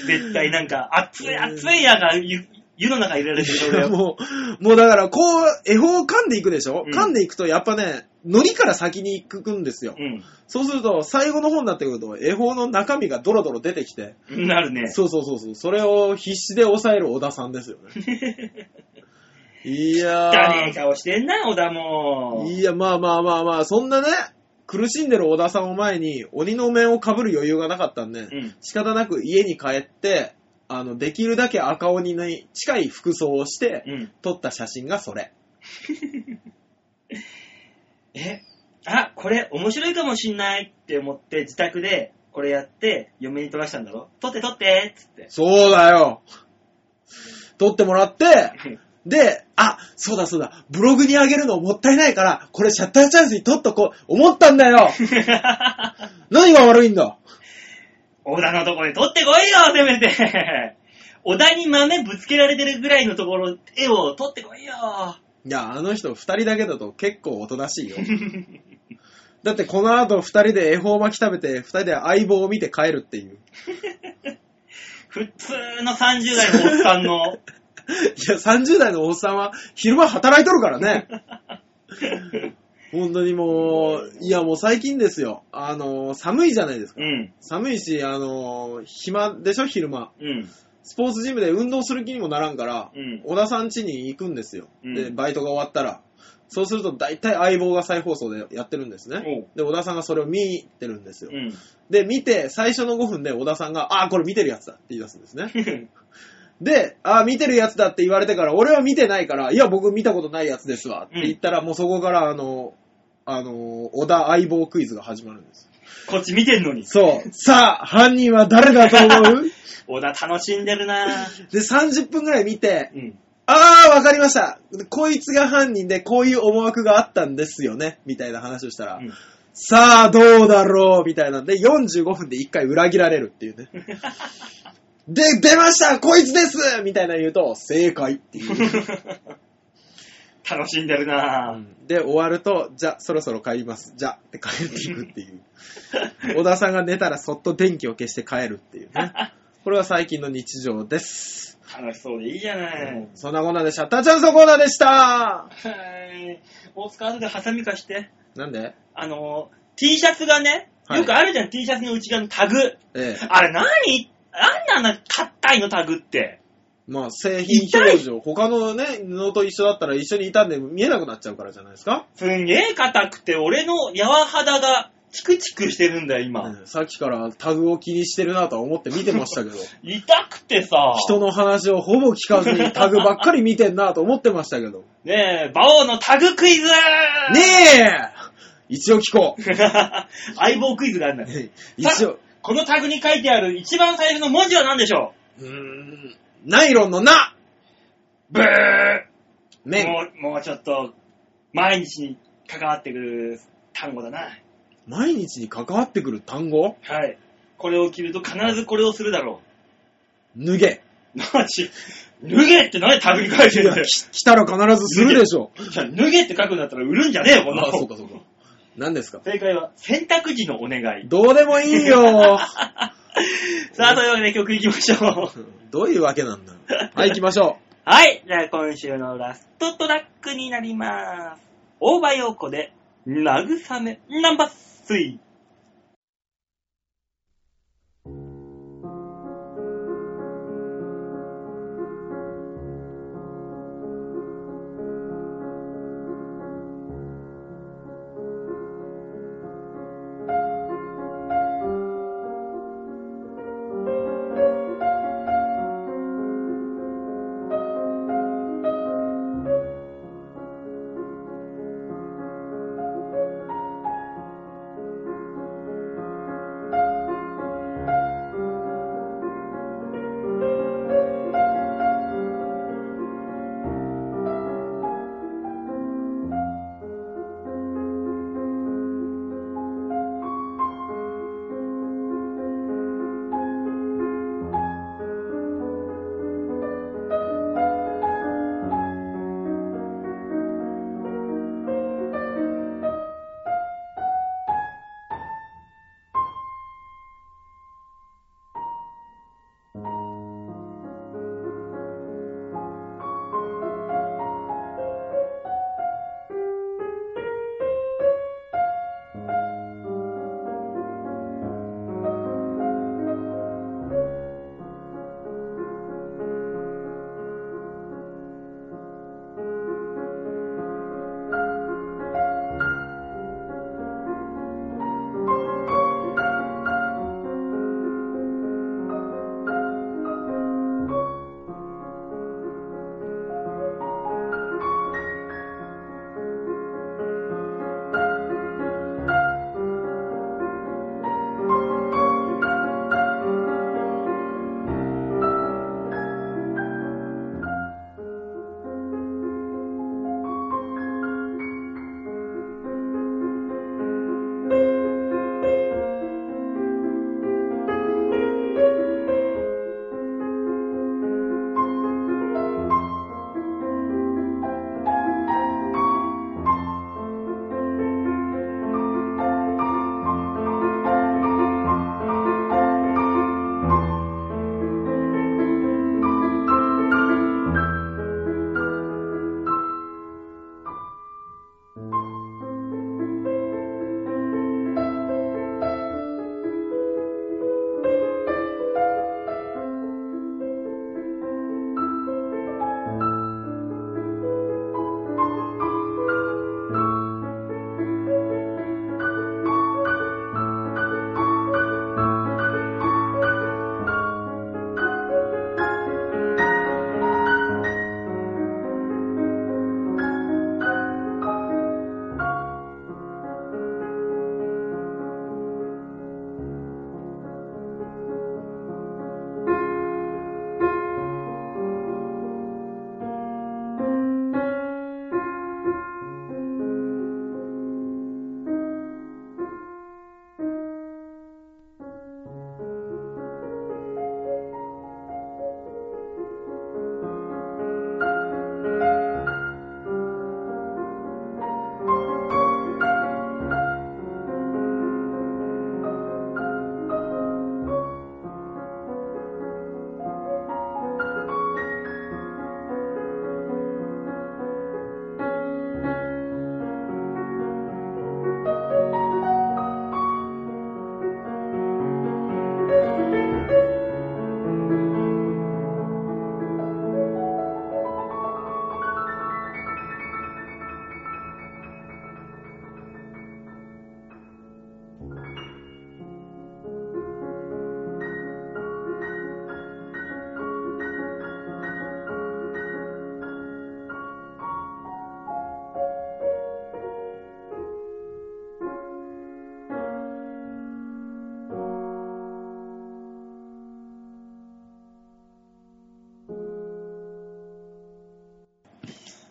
絶対なんか、熱い熱いやが湯湯の中入れられてる顔だよ。もう、もうだから、こう、絵本を噛んでいくでしょ、うん噛んでいくと、やっぱね、海苔から先に行くんですよ。うそうすると、最後の方になってくると、絵本の中身がドロドロ出てきて、ん。なるね。そうそうそうそう、それを必死で抑える小田さんですよね。 [laughs] いや汚ねえー、顔してんな、小田も。いや、まあまあまあまあ、そんなね、苦しんでる小田さんを前に、鬼の面を被る余裕がなかったんで、うん。仕方なく家に帰って、あの、できるだけ赤鬼に近い服装をして、うん。撮った写真がそれ。え、あ、これ面白いかもしんないって思って自宅でこれやって嫁に撮らしたんだろ撮って撮ってっつって。そうだよ。撮ってもらって、で、あ、そうだそうだ、ブログにあげるのもったいないから、これシャッターチャンスに撮っとこう、思ったんだよ何が悪いんだ小田のところで撮ってこいよ、せめて。小田に豆ぶつけられてるぐらいのところ、絵を撮ってこいよ。いや、あの人二人だけだと結構おとなしいよ。だってこの後二人で恵方巻き食べて、二人で相棒を見て帰るっていう。 [laughs] 普通の30代のおっさんのや、30代のおっさんは昼間働いとるからね。本当にもう、いやもう最近ですよ。あの、寒いじゃないですか。うん。寒いし、あの、暇でしょ、昼間。うん。スポーツジムで運動する気にもならんから、うん小田さん家に行くんですよ。うんで、バイトが終わったら。そうすると大体相棒が再放送でやってるんですね。おうで、小田さんがそれを見に行ってるんですよ。うん。で、見て、最初の5分で小田さんが、あーこれ見てるやつだって言い出すんですね。で、あー見てるやつだって言われてから、俺は見てないから、いや、僕見たことないやつですわって言ったら、もうそこから、あの、あの、小田相棒クイズが始まるんです。こっち見てんのに。そう。さあ、犯人は誰だと思う小田楽しんでるなぁ。で、30分ぐらい見て、うん。あー、わかりました。こいつが犯人で、こういう思惑があったんですよね。みたいな話をしたら、うんさあ、どうだろうみたいなんで、45分で1回裏切られるっていうね。で、出ましたこいつですみたいな言うと、正解っていう。 [laughs] 楽しんでるな [laughs] ぁ。で、終わると、じゃ、そろそろ帰ります。じゃ、って帰っていくっていう。小田さんが寝たら、そっと電気を消して帰るっていうね。これは最近の日常です。楽しそうでいいじゃない。そんなコーナーでシャッターチャンスのコーナーでしたはい。大塚、後でハサミ貸して。なんであのー、T シャツがね、はいよくあるじゃん、T シャツの内側のタグ。ええ。あれ何あんなんだ、硬いのタグって。まあ、製品表示を他のね、布と一緒だったら一緒に傷んで見えなくなっちゃうからじゃないですか、すんげえ硬くて、俺の柔肌がチクチクしてるんだよ、今。うんさっきからタグを気にしてるなとは思って見てま [laughs] したけど、痛くてさ。人の話をほぼ聞かずにタグばっかり見てんなと思ってましたけ [laughs] ど。ねえ、馬王のタグクイズねえ一応聞こう。 [laughs] 相棒クイズがあるんだよ。一応、このタグに書いてある一番最初の文字は何でしょうーん、ナイロンのなうブー面。もう、もうちょっと、毎日に関わってくる単語だな。毎日に関わってくる単語はい。これを着ると必ずこれをするだろ脱げ。う。マジ脱げって何タグに書いているんやだよ。き来たら必ずするでしょ。じゃあ脱げって書くんだったら売るんじゃねえよ、こんなあのあ、そうかそうか。何ですか正解は、洗濯時のお願い。どうでもいい [laughs] よさあ、というわけで曲いきましょう。どういうわけなんだろうはい、行きましょ [laughs] はい。じゃあ今週のラストトラックになります。大場陽子で、慰め、ナンバースイ。 「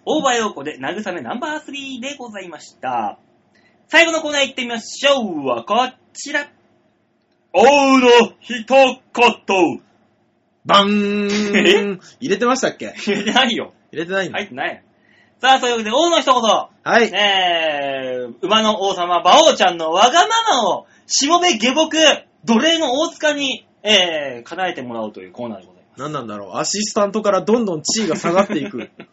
大場陽子で慰めナンバー3でございました。最後のコーナー行ってみましょう。はこちら。おうの一言。バーン [laughs] 入れてましたっけ入れてないよ。入れてないんだ。入ってない。さあ、そういうわけで、王の一言。はい。えー、馬の王様、馬王ちゃんのわがままを、しもべ下僕、奴隷の大塚に、えー、叶えてもらおうというコーナーでございま何なんだろう。アシスタントからどんどん地位が下がってい [laughs] く。す。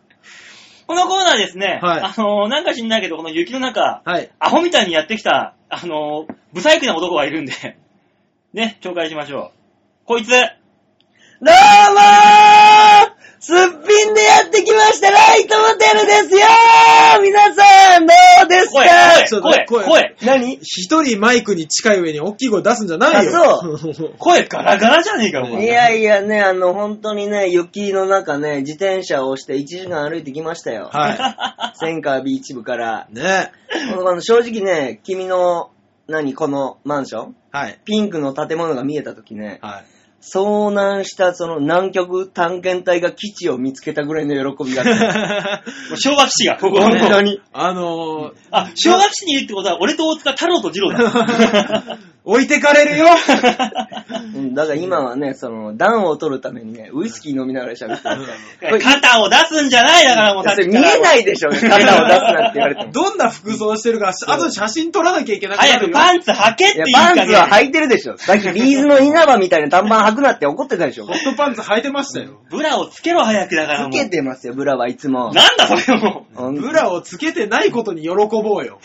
このコーナーですね、はいあのー、なんか知んないけど、この雪の中、はい。アホみたいにやってきた、あのー、不細工な男がいるんで、 [laughs] ね、紹介しましょう。こいつ、どうもーすっぴんでやってきましたライトホテルですよー皆さんどうですか声、ちょっと声、ね声、声声、何一人マイクに近い上に大きい声出すんじゃないよ。あそう。声ガラガラじゃねえか、おい前。やいやね、あの、本当にね、雪の中ね、自転車を押して1時間歩いてきましたよ。[laughs] [laughs] はセンカービーチ部から。い。ねこのあの正直ね、君の、何、このマンションはい。ピンクの建物が見えた時ね、はい。遭難したその南極探検隊が基地を見つけたぐらいの喜びが [laughs] あった。もう昭和基地が、ここ。本当に。あのー、あ、昭和基地にいるってことは、俺と大塚、太郎と二郎 [laughs] だ。 [laughs] 置いてかれるようんだから今はね、その、暖を取るためにね、ウイスキー飲みながら喋って [laughs] る。肩を出すんじゃないだからもうさっそれき見からえな [laughs] いでしょ、肩を出すなって言われても。どんな服装してるか、あと写真撮らなきゃいけなくな早るくよ。パンツ履けっいてや言、うパかンらツは履いてるでしょ。さっきビーズの稲葉みたいな短パン履くなって怒ってたでしょ。ホットパンツ履いてましたよ。ブラをつけろ早くだからもつう。けてますよ、ブラはいつも。なんだそれもう。ほんとブラをつけてないことに喜ぼ [laughs] うよ。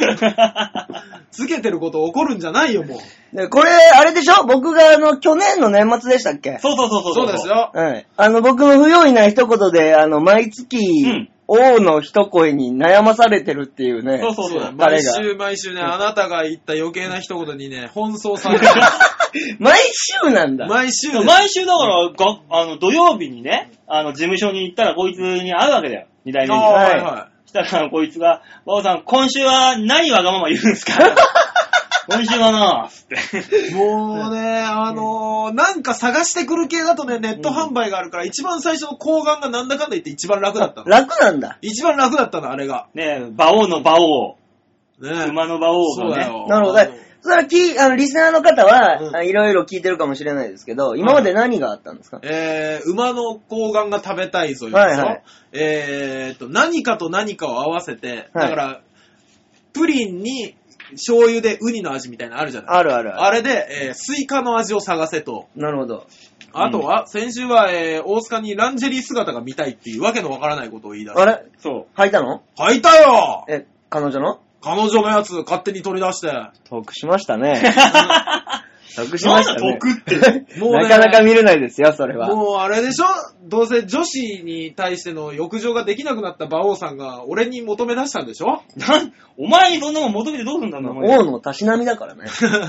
つけてること怒るんじゃないよ、もう。でこれ、あれでしょ僕があの、去年の年末でしたっけそうそうそうそう。そうです。よ。はい。あの、僕の不用意な一言で、あの、毎月うん、王の一声に悩まされてるっていうね。そうそうそう。だだ誰毎が週毎週ね、あなたが言った余計な一言にね、奔走されてる。 [laughs] 毎週なんだ。毎週からね、毎週だから、があの、土曜日にね、あの、事務所に行ったらこいつに会うわけだよ。二代あ目あに。ははいいはしたらこいつが、バオさん、今週は何わがまま言うんですか [laughs] 今週はなぁ、つって。い。もうね、あのー、なんか探してくる系だとね、ネット販売があるから、一番最初の抗眼がなんだかんだ言って一番楽だったの。楽なんだ。一番楽だったの、あれが。ねえ、馬王の馬王、ね馬の馬王そうがだね。よ。なるほど。それはき、あの、リスナーの方は、うんあいろいろ聞いてるかもしれないですけど、今まで何があったんですか、えー、馬の睾丸が食べたいぞよ、はいはいえーと、何かと何かを合わせて、はだいから、プリンに醤油でウニの味みたいなのあるじゃないあるある [laughs] ああれで、えースイカの味を探せと。る。なるほど。あとは、先週は、えー大塚にランジェリー姿が見たいっていうわけのわからないことを言い出しあて。れそう。履いたの履いたよえ、彼女の彼女のやつ勝手に取り出して。得しましたね。 [laughs] 得しましたね。なんだ得って。もうね [laughs] なかなか見れないですよ、それは。もうあれでしょどうせ女子に対しての欲情ができなくなった馬王さんが俺に求め出したんでしょ [laughs] なんお前にそんなもん求めてどうすんだんだ、お前王。のたしなみだからね。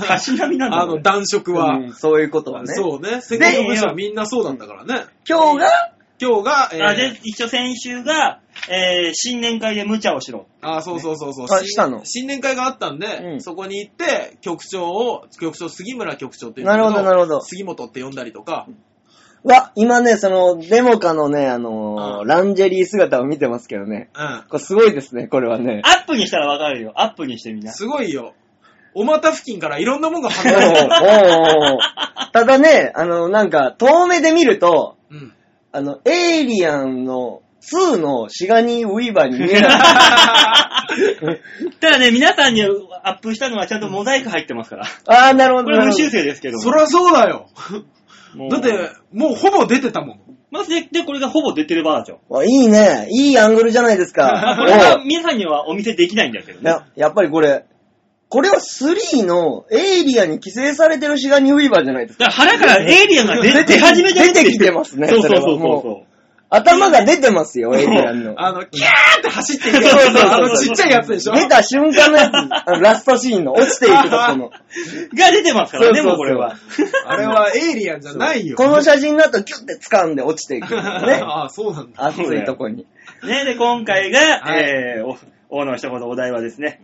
たしなみなんだ。あの、男色は。 [laughs] うんそういうことはね。そうね。戦国武士はみんなそうなんだからね。今日が、今日が、えーあで、一応先週が、えー新年会で無茶をしろ。あ、そうそうそうそう、あ新したの新年会があったんで、うんそこに行って、局長を、局長、杉村局長っていうなるほどなるほど杉本って呼んだりとか、わ、今ね、その、デモカのね、あのーうランジェリー姿を見てますけどね。うん。これすごいですね、これはね。アップにしたらわかるよ。アップにしてみな。すごいよ。お股付近からいろんなもんがお [laughs] 反ー応してる。おーおーただね、あの、なんか、遠目で見ると、うん。あの、エイリアンの2のシガニー・ウィーバーに見え [laughs] ない。 [laughs] ただね、皆さんにアップしたのはちゃんとモザイク入ってます [laughs] から。あー、なるほこど。れなる無ほど修正ですけど。そりゃそうだよ。もうだって、、もうほぼ出てたもん。まずで、で、これがほぼ出てるバージョン。わいいね。いいアングルじゃないですまあ [laughs] か。これは皆さんにはお見せできないんだけどおういね。や、やっぱりこれ、これは3のエイリアンに寄生されてるシガニー・ウィーバーじゃないですか。だから腹からエイリアンが出出て出始めちゃって出てきてますねそうそうそうそれはもうそう頭が出てま [laughs] すよ、エイリアンの。あの、キャーって走っていく。そうそうそうそうあのちっちゃいやつでしょ出た瞬間のやつ、あのラストシーンの落ちていくとこの。そうが出てますからね、そうそうそうもうこれは。あれはエイリアンじゃ [laughs] ないよ。。この写真だとキュッて掴んで落ちていくんですね [laughs] ああ、そうなんだ。熱いとこに。ね、で、今回が、はいえー、お王の一言お題はですね、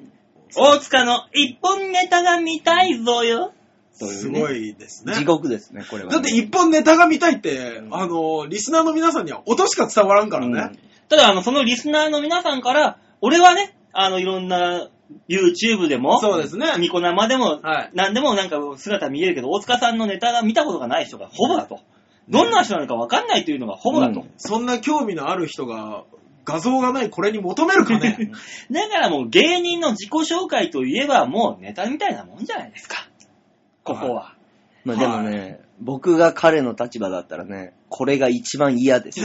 大塚の一本ネタが見たいぞよ。そういうすねごいですね。地獄ですね、これはね。だって一本ネタが見たいって、あの、リスナーの皆さんには音しか伝わらんからね。うんただ、あの、そのリスナーの皆さんから、俺はね、あの、いろんな、YouTube でも、そうですね。ニコ生でも、はい何でもなんか姿見えるけど、大塚さんのネタが見たことがない人がほぼだと。どんな人なのか分かんないというのがほぼだと。そんな興味のある人が、画像がないこれに求めるかね [laughs] だからもう芸人の自己紹介といえばもうネタみたいなもんじゃないですか。ここは。まあでもね、僕が彼の立場だったらね、これが一番嫌です。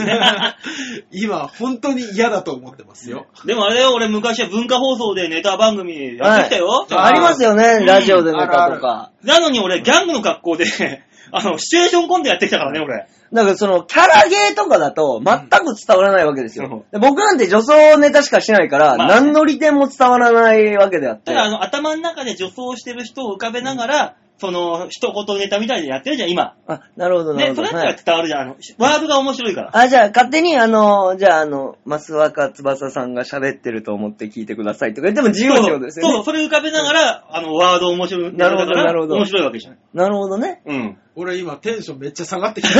今、本当に嫌だと思ってますよ。 [laughs] でもあれよ、俺昔は文化放送でネタ番組やってきたよ。はいあありますよね、うんラジオでネあタるあとるか。なのに俺ギャングの格好で、 [laughs] あの、シチュエーションコントやってきたからね、俺。なんかその、キャラゲーとかだと、全く伝わらないわけですよ。で僕なんて女装ネタしかしないから、まあ何の利点も伝わらないわけであって。ただあの、頭の中で女装してる人を浮かべながら、その、一言ネタみたいでやってるじゃん、今。あ、なるほど、なるね、ほそど。れだったら伝わはいるじゃん。あのワードが面白いから。あ、じゃあ、勝手に、あの、じゃあ、あの、増若翼さんが喋ってると思って聞いてくださいとか言っても [laughs] 自由そうなそことうですよね。そう、それ浮かべながら、あの、ワード面白い。なるほどなるほど面白いわけじゃん。なるほどね。うん。俺今、テンションめっちゃ下がってきた。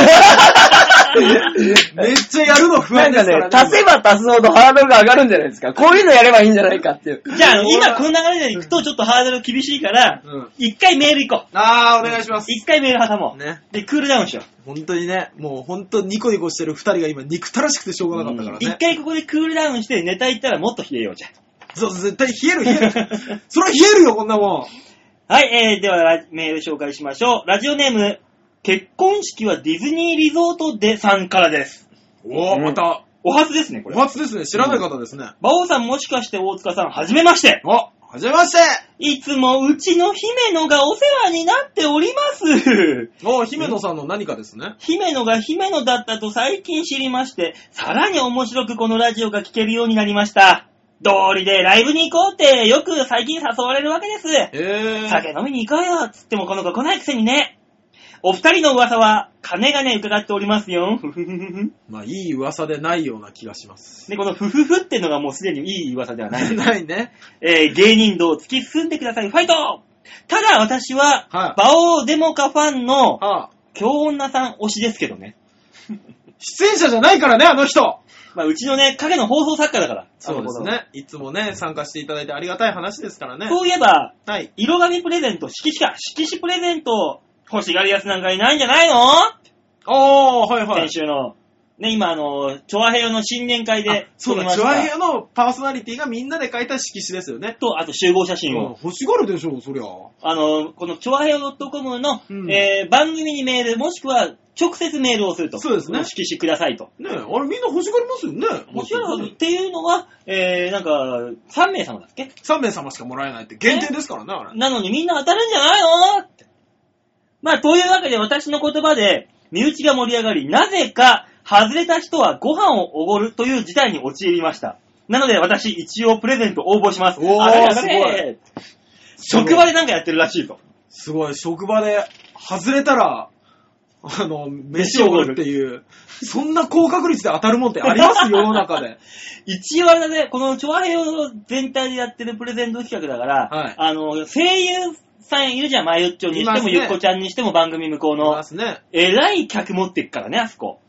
めっちゃやるの不な安んでかすからね、足せば足すほどハードルが上がるんじゃないですか。こういうのやればいいんじゃないかっていう。じゃああの、今この流れで行くと、ちょっとハードル厳しいからうん、一回メール行こう。あー、お願いします。一回メール挟もう。ね。で、クールダウンしよう。本当にね、もう本当ニコニコしてる二人が今、憎たらしくてしょうがなかったから一ね。回ここでクールダウンして、ネタ行ったらもっと冷えよう [laughs] じゃん。そう、絶対冷える冷 [laughs] える。それは冷えるよ、こんなもん。はい、えー、ではラメール紹介しましょう。ラジオネーム、結婚式はディズニーリゾートでさんからです。おうんー、また、お初ですね、こおれ。初ですね。知らない方ですね。馬王さんもしかして大塚さん、はじめまして。お、はじめましていつもうちの姫野がお世話になっております。お、姫野さんの何かですね。姫野が姫野だったと最近知りまして、さらに面白くこのラジオが聴けるようになりました。道理でライブに行こうってよく最近誘われるわけです。えー。酒飲みに行こうよっつってもこの子来ないくせにね。お二人の噂は、金がね、伺っておりますよ。 [laughs] ふふふふ。まあ、いい噂でないような気がします。で、このふふふってのがもうすでにいい噂では [laughs] ない。ないね。えー芸人道突き進んでください、ファイトただ私は、はいバオーデモカファンのああ京女さん推しですけどね。出演者じゃないからね、あの人。まあ、うちのね、影の放送作家だから。そうですね。いつもね、参加していただいてありがたい話ですからあねの。頃。そういえば、はい。色紙プレゼント、色紙か、色紙プレゼント欲しがるやつなんかいないんじゃないの、おー、はいはい。先週の。ね、今、あの、チョアヘヨの新年会あでそう撮りまだ、しチたュアヘアのパーソナリティがみんなで書いた色紙ですよね。と、あと集合写真うんを。欲しがるでしょう、そりゃ。あの、このチョアヘヨ .com の、うんえー番組にメール、もしくは直接メールをすると。そうですね色紙くださいと。ねえ、あれみんな欲しがりますよね。もちろん、っていうのは、えー、なんか、3名様だっけ3名様しかもらえないって限定ですからね、あれ。なのにみんな当たるんじゃないのって。まあ、というわけで私の言葉で、身内が盛り上がり、なぜか、外れた人はご飯をおごるという事態に陥りました。なので私、一応プレゼント応募します。おーあれすごい職場でなんかやってるらしいと。すごい、職場で外れたら、あの、飯をおごるっていう、そんな高確率で当たるもんってあります [laughs] 世の中で。一応あれだね、この調和平を全体でやってるプレゼント企画だから、はいあの、声優さんいるじゃん、まゆっちょにしても、いますねゆっこちゃんにしても番組向こういまの。すね。えらい客持ってっからね、あそこ。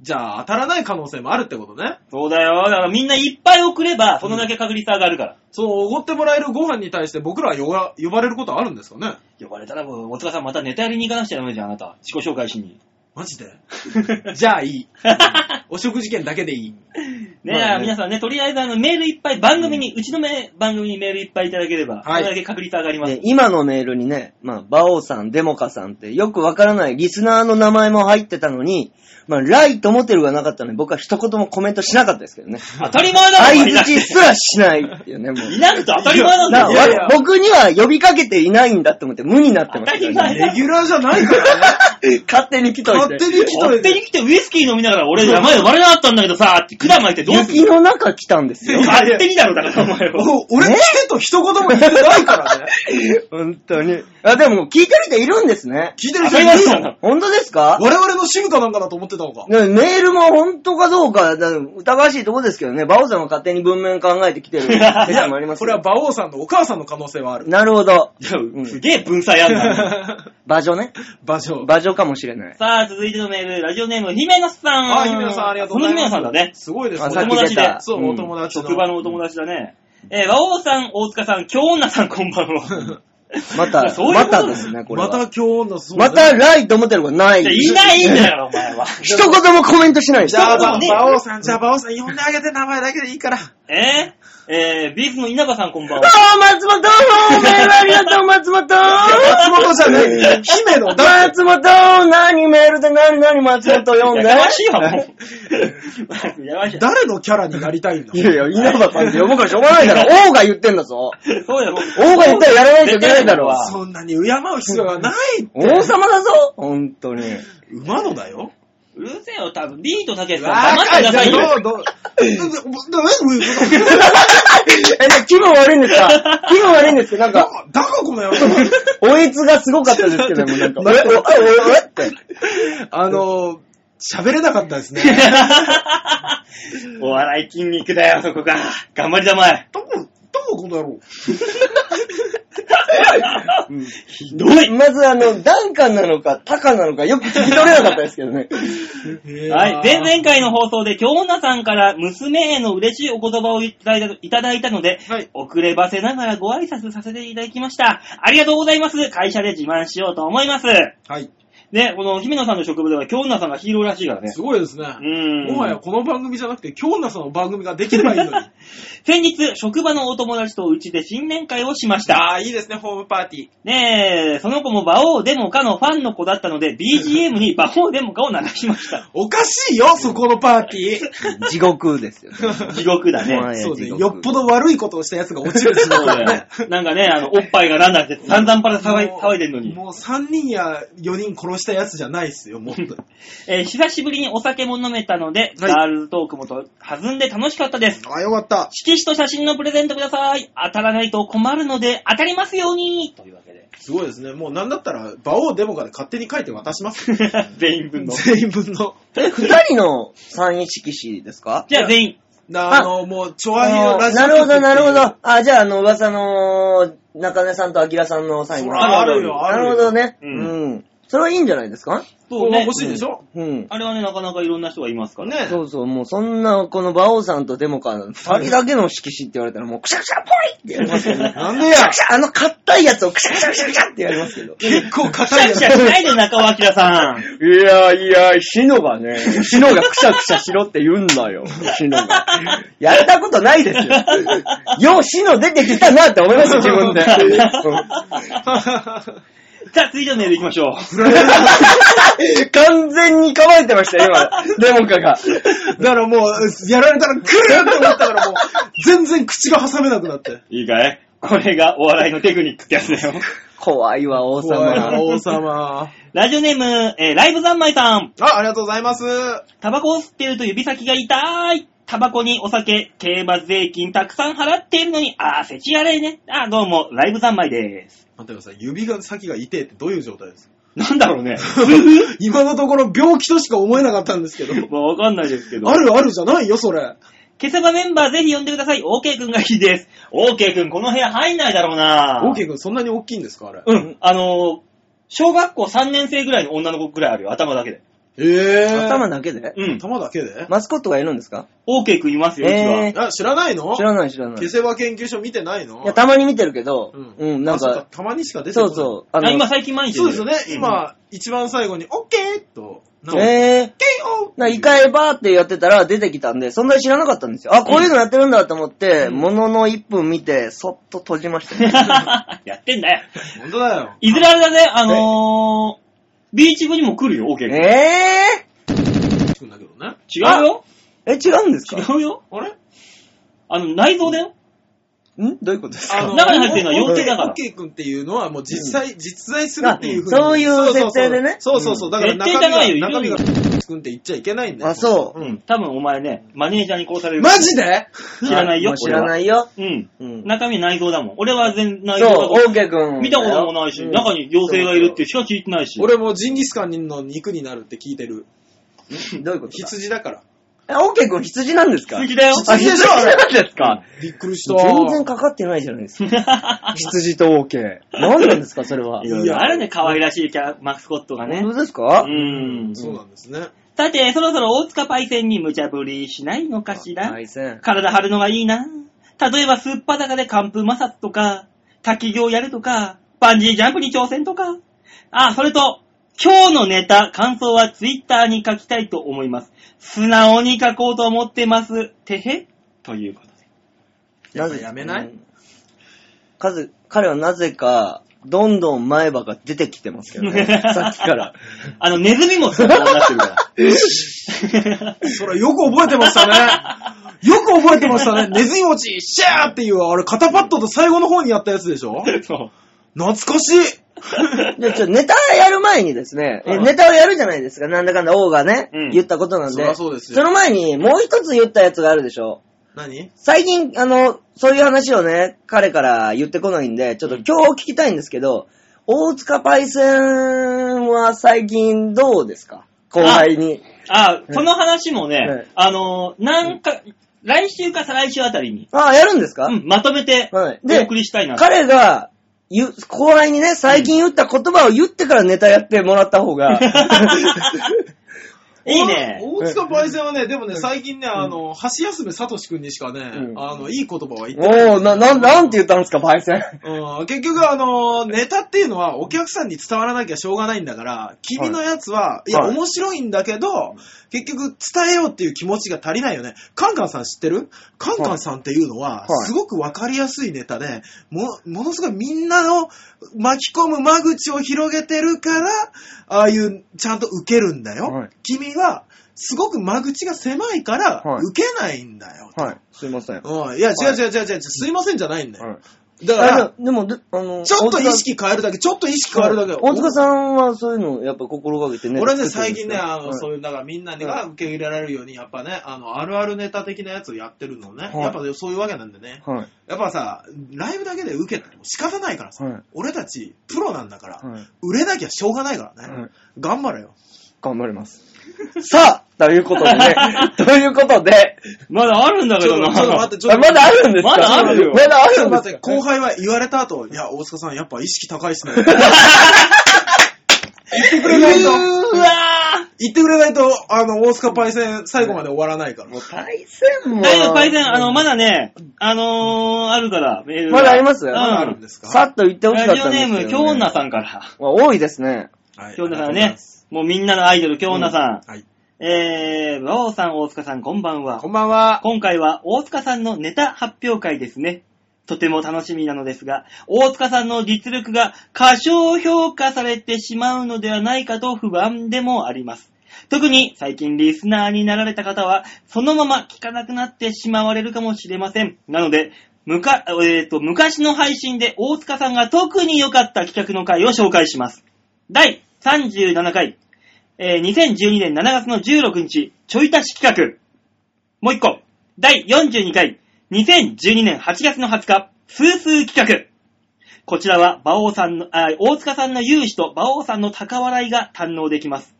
じゃあ、当たらない可能性もあるってことね。そうだよ。だからみんないっぱい送れば、そのだけ確率上がるから。その、おごってもらえるご飯に対して僕らは呼ば呼ばれることあるんですかね呼ばれたらもう、大塚さんまたネタやりに行かなくちゃダメじゃん、あなた。自己紹介しに。マジで [laughs] じゃあい [laughs] い。お食事券だけでいい。ねえ、まあね皆さんね、とりあえずあの、メールいっぱい、番組に、うちのめ番組にメールいっぱいいただければ、はいそれだけ確率上がります。で今のメールにね、まあ、バオさん、デモカさんってよくわからないリスナーの名前も入ってたのに、まあ、ライとモテルがなかったのに僕は一言もコメントしなかったですけどね。当たり前だろ、相お前だっづてちすらしないっていうね、も。いうなくて当たり前なんだよ。ないやいやわ僕には呼びかけていないんだって思って無になってま当たしたかりら前ね。レギュラーじゃないから [laughs] ね。勝手に来とい勝て。手に来と勝い手て。に来てウイスキー飲みながら俺名前呼ばれなかったんだけどさ、って管巻いてどうする雪の中来たんですよ。勝手にだろ、だからお前は。お俺来てと一言も言ってないから [laughs] ね。本当に。あ、でも聞いてる人いるんですね。聞いてる当人たいり前るだよ。ろ。本当ですか我々のシムかなんかだと思ってたのか。ねメールも本当かどうか、だから疑わしいとこですけどね、バオさんは勝手に文面考えて [laughs] きてる説もありますこれは馬王さんのお母さんの可能性はあ [laughs] る。なるほど。いやすげえ文才あんだね。馬女ね。場所。馬女かもしれない。さあ、続いてのメール、ラジオネーム、姫野さん。あ、姫野さんありがとうございこます。の姫野さんだね。すごいですあね。ささっき出た。そう、んお友達の。職場のお友達だね。えー、和王さん、大塚さん、京女さん、こんばんは。 [laughs] ままあた、そういうこまとたですね、これまは。た今日の、そうまた、ライと思ってることない。いやいないんだ [laughs] よ、お前は。一言もコメントしないじゃあ、そうばだね馬王さん、じゃあ、馬王さん、呼んであげて、名前だけでいいから。えー、えー、ビーズの稲葉さん、こんばんどうは。も、松本おめえありがとう、松本松本じゃねえ。姫のだ。松本何メールで何何松本読んでやかましいわ、もう。やかましい。誰のキャラになりたいんだいやいや、稲葉さんって呼ぶからしょうがない [laughs] だろ。王が言ってんだぞ。そうだよ、もう。王が言ったらやらないといけないだろ。そんなに敬う必要はない。王様だぞ、本当に。馬のだよ。うるせえよ、多分。ビートたけしさん、黙ってくださいよ。どう、どう、 [laughs] え、じゃあ気分悪いんですか気分悪いんですけど、なんだか、か、だかこの野郎。おえつがすごかったですけども、なんか、 [laughs] おえ、おえ、おえ、おえって。あの、喋れなかったですね。 [laughs] お笑い筋肉だよ、そこが。頑張りだま [laughs] え。どこ、どここの野郎。ひどい。まずあの、ダンカンなのか、タカなのか、よく聞き取れなかったですけどね。はい。前々回の放送で、京女さんから娘への嬉しいお言葉をいただいたいただいたので、はい遅ればせながらご挨拶させていただきました。ありがとうございます。会社で自慢しようと思います。はい。ね、この姫野さんの職場では京女さんがヒーローらしいからね。すごいですね。うんもはやこの番組じゃなくて、京奈さんの番組ができればいいのに。先日、職場のお友達とうちで新年会をしました。あ、いいですね、ホームパーティー。ねえ、その子も馬王デモカのファンの子だったの [laughs] で、BGM に馬王デモカを流しました。 [laughs] おかしいよ、そこのパ [laughs] ーティ地獄ですよ、ね。地獄だね。はー。いそうね、地獄よっぽど悪いことをしたやつが落ちるしそうだよ。なんかね、あの、おっぱいがなんだって散々パラ騒い騒いでるのに。もう3人や4人殺したやつじゃないっすよ、もっと。えー久しぶりにお酒も飲めたので、はいガールズトークもと弾んで楽しかったです。あ、よかった。色紙と写真のプレゼントください。当たらないと困るので、当たりますようにというわけで。 [laughs] すごいですね。もうなんだったら、馬王デモカで勝手に書いて渡します。全員 [laughs] 分の。全員分の。え、二人の三位色紙ですかじゃあ全員。なあの、もう、ちょあひのあラージオな局っるてほいど、うなるほど。あ、じゃあ、あの、噂の、中根さんと明さんのサインそらあるよ、あなるよ。るほどね。ううんん。それはいいんじゃないですかそうね。欲しいでしょうん。あれはね、なかなかいろんな人がいますから。ねそうそう、もうそんな、この馬王さんとデモカの二人だけの色紙って言われたら、もう、くしゃくしゃぽいってやりますけどね。なんでくしゃやくしゃあの硬いやつをくしゃくしゃくしゃくしゃってやりますけど。結構くし硬ゃいくやしゃしないで、中尾明さん。 [laughs] いやいや、シノがね、シノがくしゃくしゃしろって言うんだよ、シノが。やったことないですよ。よう、シノ出てきたなって思いますよ、自分で。じゃあ、次のメール行きましょう。完全に構えてましたよ、今、デモカだが。からもう、やられたら来るって思ったからもう、全然口が挟めなくなって。いいかいこれがお笑いのテクニックってやつだよ。怖いわ、王怖いな様。王様。ラジオネーム、えーライブ三昧さん。あ、ありがとうございます。タバコを吸ってると指先が痛い。タバコにお酒、競馬税金たくさん払っているのに、あー、せちがれえね。あー、どうも、ライブ三昧でーす。待ってください、指が先が痛いってどういう状態ですかなんだろ [laughs] うね。今のところ病気としか思えなかったんですけど。もうわかんないですけど。あるあるじゃないよ、それ。ケセバメンバーぜひ呼んでください。OK くんがいいです。OK くん、この部屋入んないだろうなオーケー君、そんなに大きいんですか、あれ。うん、あのー、小学校3年生ぐらいの女の子ぐらいあるよ、頭だけで。えー。頭だけでうん。頭だけでマスコットがいるんですか OK くんいますよ、うちは。えあ、知らないの知らない、知らない。消いせば研究所見てないのや、たまに見てるけど、ううん、なんあそっか、たまにしか出てこなそいうそう。ああの、今最近毎日そうですよね。うん今、一番最後に、オッケーと、なんか、えー。オッケーな、イカエバーってやってたら出てきたんで、そんなに知らなかったんですよ。あ、こういうのやってるんだと思って、ものの1分見て、そっと閉じました、ね。やってん [laughs] だよ。本当だよ。いずれあれだね、あのー、ビーチ部にも来るよ、OK くん。 [laughs] え聞くんだけどね。違うよー、え、違うんですか違うよあれあの、内臓だよ。んどういうことですあかの中に入ってるのは妖精だからオッケー君っていうのはもう実際、実在するっていうふうに。あそういう設定でねそうそうそう。だから中設定じゃない身よが、中身が、い君って言っちゃいけないんだよ。あそううん。多分お前ね、マネージャーに殺される。マジで知らないよもう。知らないよ。俺は。ううん。ん。中身内臓だもん。俺は全内臓だそう、からオーケーくん。見たこともないし、うん中に妖精がいるってしか聞いてないし。俺もジンギスカンの肉になるって聞いてる。どういうこと羊だから。え、オーケーくん羊なんですか羊だよ。あ、羊なんですかびっくりした。全然かかってないじゃないですか。羊とオーケー。何なんですか、それは。いろいろあるね、可愛らしいキャラ、マスコットがね本。当ですかうん。そうなんですね。さて、そろそろ大塚パイセンに無茶ぶりしないのかしら、パイセン。体張るのがいいな。例えば、すっぱだかで寒風摩擦とか、滝行やるとか、バンジージャンプに挑戦とか。あ、それと、今日のネタ、感想はツイッターに書きたいと思います。素直に書こうと思ってます。てへということで。やっぱやめないぜかず彼はなぜか、どんどん前歯が出てきてますけ [laughs] どね。さっきから。あの、ネズミもそうなってるから。それよく覚えてました [laughs] ね。よく覚えてましたね。ネズミ餅、シャーっていう、あれ、肩パッドと最後の方にやったやつでしょそう。懐かしい。で、ちょ、ネタやる前にですね、うんネタをやるじゃないですか。なんだかんだ王がね、うん言ったことなんそでりゃそうですよその前に、もう一つ言ったやつがあるでしょ。何最近、あの、そういう話をね、彼から言ってこないんで、ちょっと今日聞きたいんですけど、大塚パイセンは最近どうですか後輩に。 [laughs] あ、その話もね、はいあの、なんか、来週か再来週あたりに、ああ、やるんですか、うん、まとめて、はい。おで送、りしたいなと。彼が、言う後輩にね、最近言った言葉を言ってからネタやってもらった方が、いいね。お大塚パイセンはね、でもね、最近ね、あの、橋休めさとしくんにしかね、うんあの、いい言葉は言ってない。 [laughs] おー、な、な、なんて言ったんですか、パイセン。うん結局、あの、ネタっていうのはお客さんに伝わらなきゃしょうがないんだから、君のやつは、い、や、はい面白いんだけど、結局伝えようっていう気持ちが足りないよね。カンカンさん知ってるカンカンさんっていうのは、はいすごくわかりやすいネタで、も、ものすごいみんなの巻き込む間口を広げてるから、ああいう、ちゃんと受けるんだよ。はい君は、すごく間口が狭いからはい、受けないんだよ。はい、すいません。うん、いや、違う違う違う違う、すいませんじゃないんだよ。だから、あでも、でも、であの、ちょっと大意塚識変えるだけ、ちょっと意識変えるだけ。大塚さんはそういうのをやっぱ心がけてね。俺ね、作っ最て近るんね、ですよあの、そうはいいう、だからみんなが受け入れられるように、やっぱね、あの、あるあるネタ的なやつをやってるのね。はいやっぱそういうわけなんでね。はい。やっぱさ、ライブだけで受けたっても仕方ないからさはい、俺たち、プロなんだから、はい。売れなきゃしょうがないからはねい。頑張れよ。頑張ります。さあということでね、ということで、まだあるんだけちょどな。っとちょっと待って、ちょあっまと。だあるんですかまだあるよまだちょあるっとんで待すってか後輩は言われた後、いや、大塚さん、やっぱ意識高いっすね。言ってくれないうと、ーわ言ってくれないと、あの、大塚パイセン、最後まで終わらないから。もうパイセンーも。大丈夫、パイセン、あの、まだね、あのー、あるから、メールがまだありますうん。まだあるんですかさっと言ってほしかラっジたオんですネけど、ーム、京女さんから。まあ多いですね。はい京女さんありがとうございねま、すもうみんなのアイドル、京女さん。はい。えー、馬王さん、大塚さん、こんばんは。こんばんは。今回は大塚さんのネタ発表会ですね。とても楽しみなのですが、大塚さんの実力が過小評価されてしまうのではないかと不安でもあります。特に最近リスナーになられた方は、そのまま聞かなくなってしまわれるかもしれません。なので、むかえーと昔の配信で大塚さんが特に良かった企画の回を紹介します。第37回、えー2012年7月の16日、ちょい足し企画。もう一個。第42回、2012年8月の20日、スースー企画。こちらは、馬王さんの、あ大塚さんの勇姿と馬王さんの高笑いが堪能できます。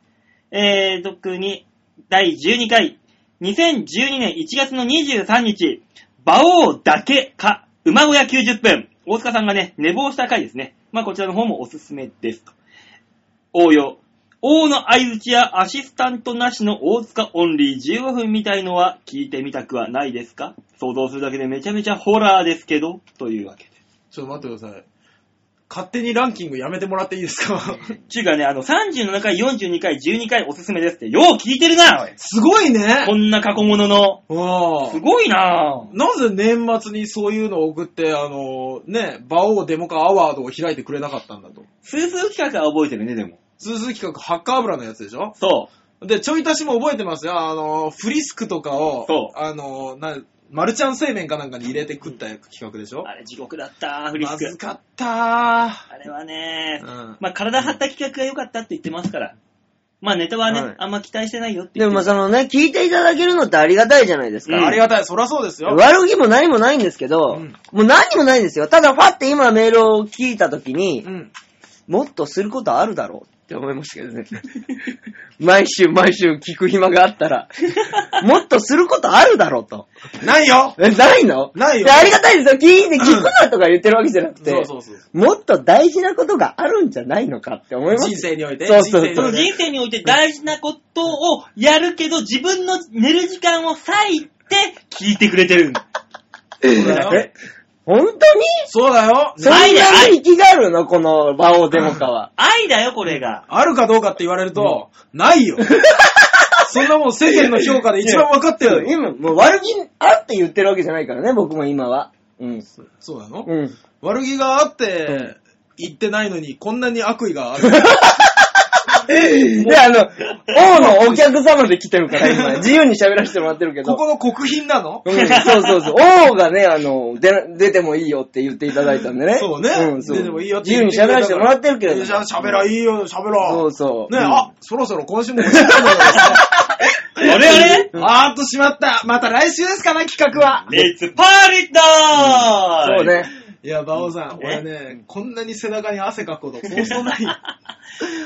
えー、特に、第12回、2012年1月の23日、馬王だけか、馬小屋90分。大塚さんがね、寝坊した回ですね。まあ、こちらの方もおすすめですと。応用。王の相打ちやアシスタントなしの大塚オンリー15分みたいのは聞いてみたくはないですか想像するだけでめちゃめちゃホラーですけど、というわけで。ちょっと待ってください。勝手にランキングやめてもらっていいですか [laughs] ちゅうかね、あの、37回、42回、12回おすすめですって、よう聞いてるなおいすごいねこんな過去物の。すうんごいなぁ。なぜ年末にそういうのを送って、あの、ね、馬王デモカアワードを開いてくれなかったんだと。スースー企画は覚えてるね、でも。通数企画、ハッカー油のやつでしょそで、ちょい足しも覚えてますよ。あの、フリスクとかを、そうあの、な、マルちゃん製麺かなんかに入れて食った企画でしう。ょあれ地獄だった、フリスまずク。かったあれはねー。、うん。まあ、体張った企画が良かったって言ってますから。まあ、ネタはね、はいあんま期待してないよって言でってもまあそのね、聞いていただけるのってありがたいじゃないですか。うんありがたい、そりゃそうですよ。悪気も何もないんですけど、うんもう何にもないんですよ。ただ、ファって今メールを聞いたときに、うん。もっとすることあるだろうって思いますけどね。 [laughs] 毎週毎週聞く暇があったら、もっとすることあるだろうと。ないよえ、ないのないよでありがたいですよ。聞いて、聞くなとか言ってるわけじゃなくて、そうそうそう。もっと大事なことがあるんじゃないのかって思います。人生において。そう人そう生にそおのいて人生において大事なことをやるけど、自分の寝る時間を割いて聞いてくれてるんだ。そうだよえ、本当にそうだよ。 [laughs] そんなに生きがあるのこの馬王デモカは。愛だよ、これが。あるかどうかって言われると、ない [laughs] よ。そんなもん世間の評価で一番分かってるよ。今、もう悪気あって言ってるわけじゃないからね、僕も今は。うん。そうなのうん。悪気があって、言ってないのに、こんなに悪意がある。で、あの、王のお客様で来てるから、今、自由に喋らせてもらってるけど。 [laughs] ここの国賓なのうん、そうそうそう。王がね、あの、出、出てもいいよって言っていただいたんでね。そうね。うん、そう。ででもいいよって自言由っにてくれたか喋らせてもらってるけれども。じゃあ喋ら、いいよ、喋そろうそう。ね、うんあ、そろそろ今週もお時間だ [laughs] あれあれあーっとしまった。また来週ですかね、企画は。レッツパーリッダーそうね。いや、馬王さん、え俺ね、こんなに背中に汗かくこと、そうそうない。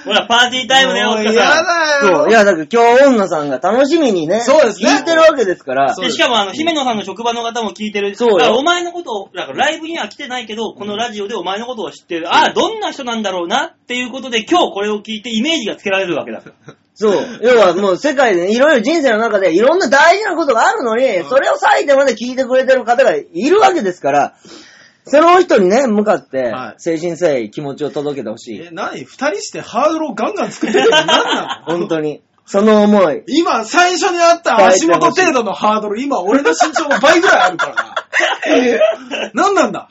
ほら、パーティータイムだよ、も大う塚やさだよ。そう。いや、だから今日、女さんが楽しみにね、そうですね聞いてるわけですからん。そ。うで、しかも、あの、姫野さんの職場の方も聞いてる。そうよだからお前のことを、だからライブには来てないけど、このラジオでお前のことを知ってる。ああ、どんな人なんだろうなっていうことで、今日これを聞いてイメージがつけられるわけだ。そう。要はもう世界でいろいろ人生の中でいろんな大事なことがあるのに、んそれを割いてまで聞いてくれてる方がいるわけですから、その人にね、向かってはい、精神誠意、気持ちを届けてほしい。え、何二人してハードルをガンガン作ってるの何なの本当に。その思い。今、最初にあった足元程度のハードル、今、俺の身長の倍ぐらいある [laughs] からな。何なんだ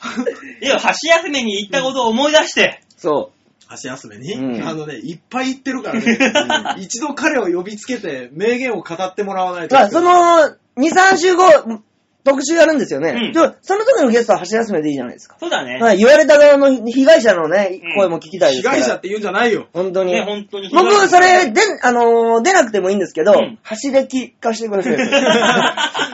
いや、箸休めに行ったことを思い出して、そ足休めに、うん。あのね、いっぱい言ってるからね、一度彼を呼びつけて、名言を語ってもらわないうと。まあ、その、2、3週後、特集やるんですようねん。でもその時のゲストは橋休めでいいじゃないですか。そうだね。はい、言われた側の被害者のねうん、声も聞きたいで被すから。害者って言うんじゃないよ。本当に。ね、本当に。僕、それ、で、あのー出なくてもいいんですけど、うん端で聞かせてください。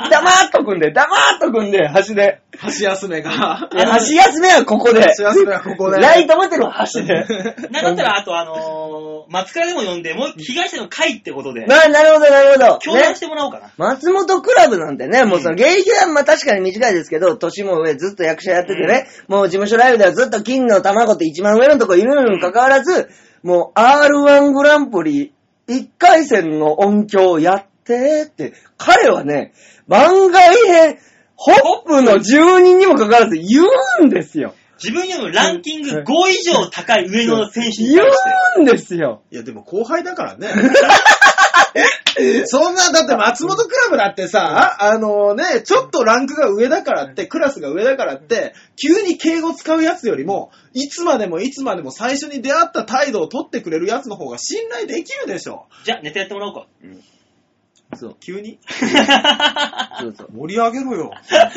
黙っとくんで、黙っとくんで、端で。橋休めが。いや端休めはここで。橋休めはここでライトモテルは端なで。んだったら、あとあのー、松倉でも呼んで、もう一被害者の会ってことで、な、なるほど、なるほど。共演ねし。てもらおうかな。松本クラブなんてね、もうその、芸歴はまあ確かに短いですけど、年も上、ずっと役者やっててね、もう事務所ライブではずっと金の卵って一番上のとこいるのにもかかわらず、もう R1 グランプリ1回戦の音響をやってって、彼はね、番外編、ホップの住人にもかかわらず言うんですよ。自分よりもランキング5以上高い上の選手に言対して。うんですよ。いや、でも後輩だ [laughs] からね。そんな、だって松本クラブだってさ、あのね、ちょっとランクが上だからって、クラスが上だからって、急に敬語使うやつよりも、いつまでもいつまでも最初に出会った態度を取ってくれるやつの方が信頼できるでしょ。じゃあ、ネタやってもらおうか。そう、急に。そうそう。盛り上げろ [laughs] よ。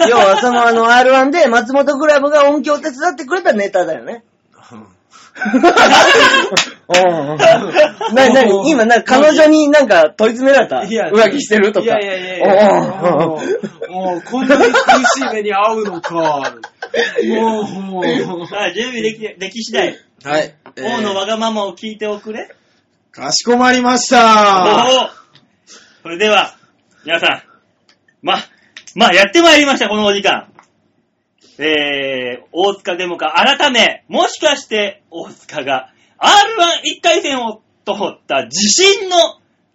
要 [laughs] はそのあの R1 で松本クラブが音響を手伝ってくれたネタだよね。 [laughs] な、なに、今、な、彼女になんか問い詰められた浮気してるとか。いやいやいやいやもおうおううもうこんなに苦しい目に遭うのか。もう、もう。さあ、準備でき、でき次第、はい。王のわがままを聞いておくれ。 [laughs] かしこまりました。おおそれでは、皆さん、ま、まあ、やってまいりました、このお時間。えー、大塚デモか、改め、もしかして大塚が R11 回戦を通った自信の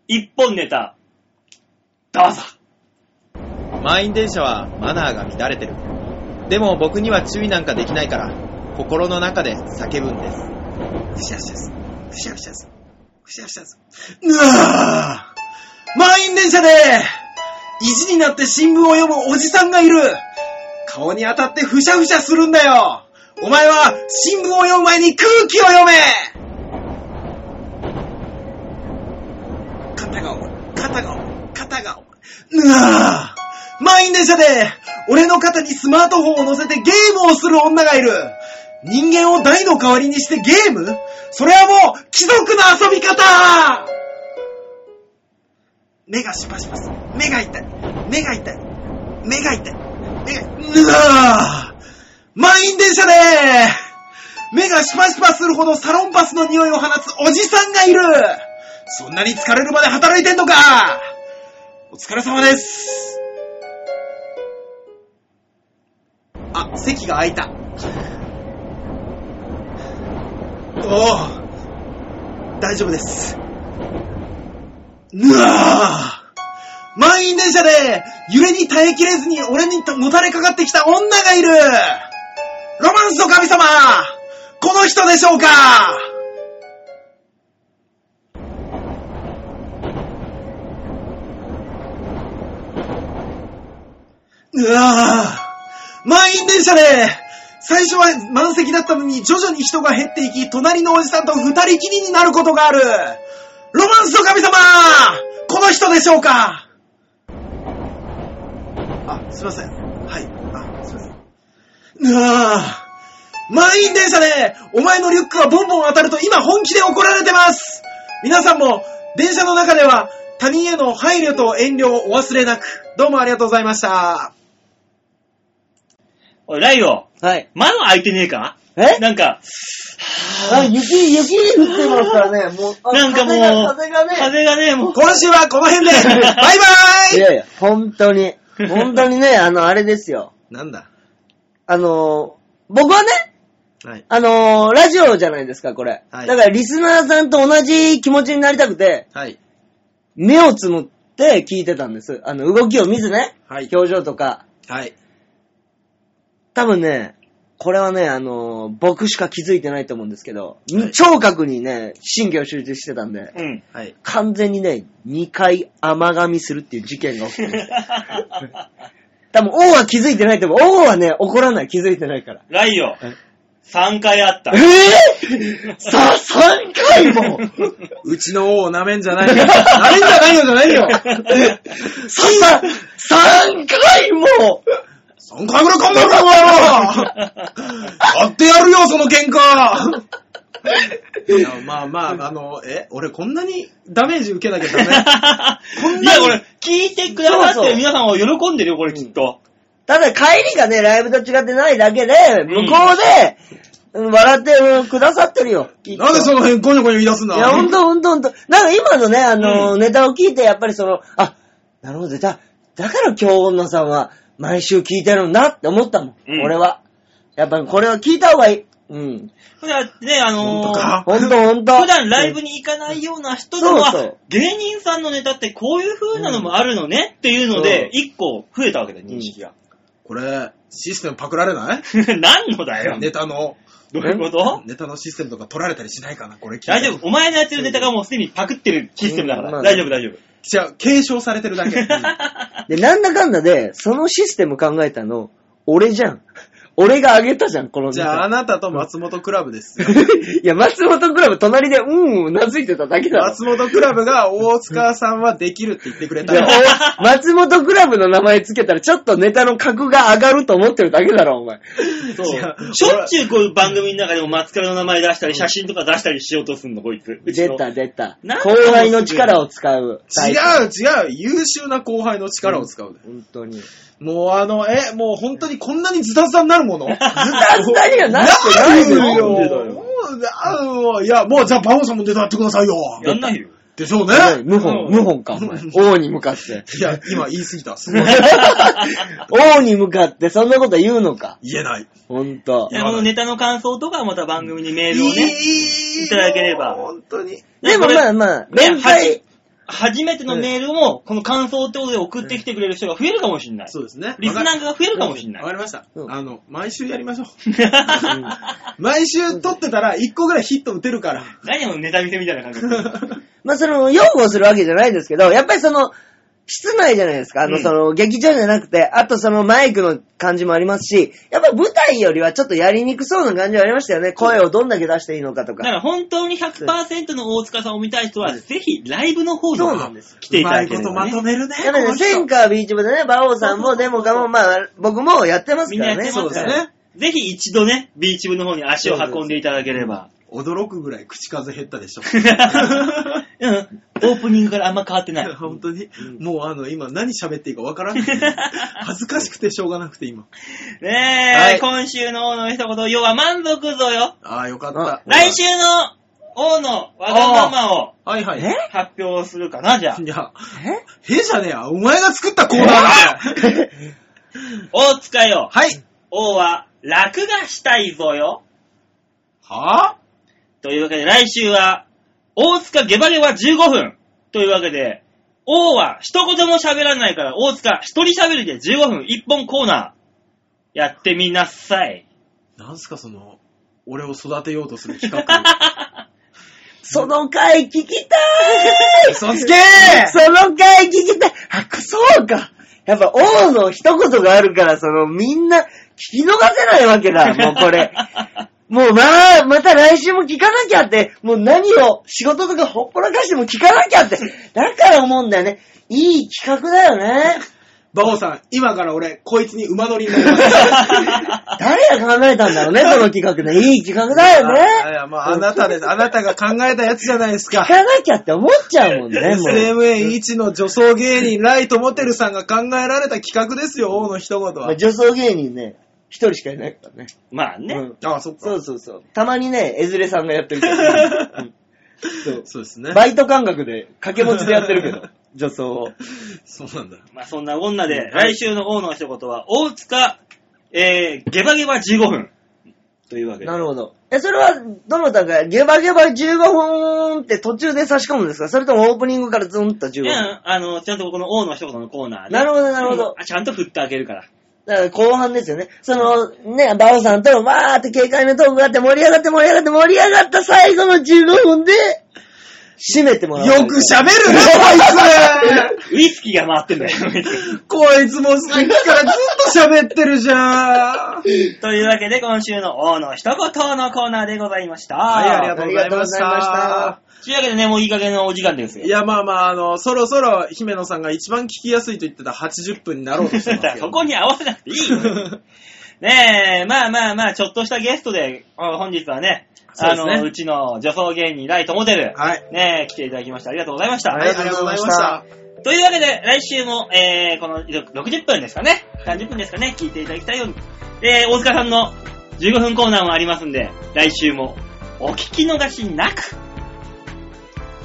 一本ネタ、どうぞ。満員電車はマナーが乱れてるでも僕には注意なんかできないから心の中で叫ぶんですふしゃふしゃす。ふしゃふしゃす。ふしゃふしゃす。うわぁ満員電車で意地になって新聞を読むおじさんがいる顔に当たってふしゃふしゃするんだよお前は新聞を読む前に空気を読め肩が重い。肩が重い。肩が重い。うわぁ満員電車で俺の肩にスマートフォンを乗せてゲームをする女がいる人間を台の代わりにしてゲームそれはもう貴族の遊び方目がシパシパする。目が痛い。目が痛い。目が痛い。目が、うわぁ満員電車で目がシパシパするほどサロンパスの匂いを放つおじさんがいるそんなに疲れるまで働いてんのかお疲れ様ですあ、席が空いた。おお大丈夫です。ぬわぁ満員電車で揺れに耐えきれずに俺にもたれかかってきた女がいるロマンスの神様この人でしょうかうわぁ満員電車で最初は満席だったのに徐々に人が減っていき隣のおじさんと二人きりになることがあるロマンスの神様この人でしょうかあ、すいません。はい。あ、すいません。うわぁ満員電車で、お前のリュックがボンボン当たると今本気で怒られてます皆さんも、電車の中では、他人への配慮と遠慮をお忘れなく、どうもありがとうございました。おい、ライオ、はい。窓開いてねえかえなんか、あ雪、雪降ってますからね。もう、あなんかもう風が、風がね。風がね、もう。今週はこの辺で、バイバいイやいや、本当に。本当にね、あの、あれですよ。なんだあのー僕はね、はい。あのーラジオじゃないですか、これ。はいだから、リスナーさんと同じ気持ちになりたくて、はい。目をつむって聞いてたんです。あの、動きを見ずね。はい表情とか。はい。多分ね、これはね、あのー僕しか気づいてないと思うんですけど、はい聴覚にね、神経を集中してたんで、うん。 [laughs] はい。完全にね、2回甘噛みするっていう事件が起きてる。 [laughs] 多分、王は気づいてないと思う。王はね、怒らない。気づいてないから。ライオえ、 3回あったえ。ぇ、さ、3回も [laughs] うちの王を舐めんじゃ [laughs] ないよ。舐めんじゃないよじゃないよ。さ、さ、3回もそんかぐらかんだろ、買ってやるよ、その喧嘩いや、まあまあ、あの、え、俺こんなにダメージ受けなきゃダメ。い [laughs] や、これ、聞いてくださってる皆さんは喜んでるよ、これ、きっと。ただ帰りがね、ライブと違ってないだけで、ん向こうで、うん笑ってうんくださってるよ。きっとなんでその辺ゴニョゴニョ言い出すんだいや、ほんとほんとほんと。なんか今のね、あの、うネタを聞いて、やっぱりその、あ、なるほど、だ、だから今日女さんは毎週聞いてるんだって思ったもん。うん俺は。やっぱりこれは聞いた方がいい。うん。普段ね、あ本の当ーか、ほんとほんと。普段ライブに行かないような人でも、そうそうあ芸人さんのネタってこういう風なのもあるのねっていうので、一個増えたわけだよ、認識が。 [laughs] これ、システムパクられない何のだよ。ネタの、どういうことネタのシステムとか取られたりしないかな、これ聞いて大丈夫。お前のやってるネタがもうすでにパクってるシステムだかうんまら。あね大丈夫、大丈夫。じゃあ、継承されてる [laughs] だけ。で、なんだかんだで、そのシステム考えたの、俺じゃん。俺があげたじゃん、このネじゃあ、あタ。なたと松本クラブですよ。 [laughs] いや、松本クラブ隣で、うん、うなずいてただけだろ。松本クラブが大塚さんはできるって言ってくれいたやら、お松本クラブの名前つけたら、ちょっとネタの格が上がると思ってるだけだろ、お前。 [laughs] そ [laughs] 違うう。しょっちゅうこういう番組の中でも松倉の名前出したり、写真とか出したりしようとすんの、こいつ。うち出のた、出た。なんかもうすぐ後輩の力を使う。違う違う優秀な後輩の力を使う。本当に。もうあの、え、もう本当にこんなにズタズタになるものズタズタにはなってなないるよよなんでだよもうなもういや、もうじゃあバオさんも出たってくださいよやんないよ。でしょうね無本、無本か、お前。王に向かって。いや、今言い過ぎた。すごい。 [laughs] 王に向かってそんなこと言うのか。言えない。ほんとい。やこのネタの感想とかはまた番組にメールをね。いいただければ本当に。でもこれまあまあ、連はい載、初めてのメールも、この感想ってことで送ってきてくれる人が増えるかもしんない。そうですね。リスナーが増えるかもしんわなかわい。かりましたう。んあの、毎週やりましょう。 [laughs] 何毎週撮ってたら1個ぐらいヒット打てるから。や、ネタ見せみたいな感じ。まあその、擁護するわけじゃないですけど、やっぱりその、室内じゃないですか。あの、うんその、劇場じゃなくて、あとそのマイクの感じもありますし、やっぱ舞台よりはちょっとやりにくそうな感じはありましたよね。声をどんだけ出していいのかとだかか。ら本当に100%の大塚さんを見たい人は、ぜひライブの方にそうなんです来ていただけうまいれことば、まね。とめるね。やっぱりこね、の人センカービーチ部でね、馬王さんもデモカも、まあ、僕もやってますみんかなやらってね。ますそうでかすらねね。ぜひ一度ね、ビーチ部の方に足を運んでいただければ。驚くぐらい口数減ったでしょ。 [laughs] うん。オープニングからあんま変わってない。 [laughs] 本当に、うんもうあの、今何喋っていいかわからない。 [laughs] 恥ずかしくてしょうがなくて今。ねえ、はい今週の王の一言、要は満足ぞよ。ああ、よかった。来週の王のわがままをはいはい。え発表するかな、じゃあ。いや、えへじゃねえや。お前が作ったコーナーだから。王使えよ。はい。王は楽がしたいぞよ。はぁ、というわけで来週は、大塚ゲバレは15分。というわけで、王は一言も喋らないから、大塚一人喋りで15分一本コーナー、やってみなさい。なんすかその、俺を育てようとする企 [laughs] 画。その回聞きたい嘘つけその回聞きたいあ、そうかやっぱ王の一言があるから、そのみんな聞き逃せないわけだ、もう [laughs] これ。もうまあ、また来週も聞かなきゃって、もう何を仕事とかほっぽらかしても聞かなきゃって。だから思うんだよね。いい企画だよね。バオさん、今から俺、こいつに馬乗りになります。誰が考えたん [laughs] だろうね、その企画ね。いい企画だよいね。や、もうあなたです。あなたが考えたやつじゃないです聞か。かなきゃって思っちゃう [laughs] もんね、もう。 SMA1 の女装芸人、ライトモテルさんが考えられた企画ですよ、王の一言まあは。女装芸人ね、一人しかいないからね。まあね。うんああ、そっか。そうそうそう。たまにね、えずれさんがやってるけど、うんそうそうです [laughs] ね。バイト感覚で、掛け持ちでやってるけ [laughs] ど、女装を。そうなんだ。まあそんな女で、来週の王の一言は、大塚、えー、ゲバゲバ15分。というわけでな。るほど。え、それは、どの歌か、ゲバゲバ15分って途中で差し込むんですかそれともオープニングからズンと15い分や、あの、ちゃんとこの王の一言のコーナーでなるほどなるほどうんちゃんと振ってあげるから。だから後半ですよね。その、ね、バオさんとわーって警戒のトークがあって盛り上がって盛り上がって盛り上がった最後の15分で、締めてもらう。よく喋るな、こいウイスキーが回ってんだよ。 [laughs] つこいつもさっきからずっと喋ってるじゃん。というわけで、今週の王の一言のコーナーでございました。はい、ありがとうございましありがとうございましたた。というわけでね、もういい加減のお時間ですよ。いや、まあまあ、あの、そろそろ姫野さんが一番聞きやすいと言ってた80分になろうと [laughs] してます [laughs] よそこに合わせなくていい [laughs] よ。ねえ、まあまあまあ、ちょっとしたゲストで、あ本日はね、そうあですねの、うちの女装芸人、ライトモデル、はい。ねえ、来ていただきました。ありがとうございました。はい、ありがとうございました。というわけで、来週も、えー、この60分ですかね、30分ですかね、聞いていただきたいように。えー、大塚さんの15分コーナーもありますんで、来週もお聞き逃しなく。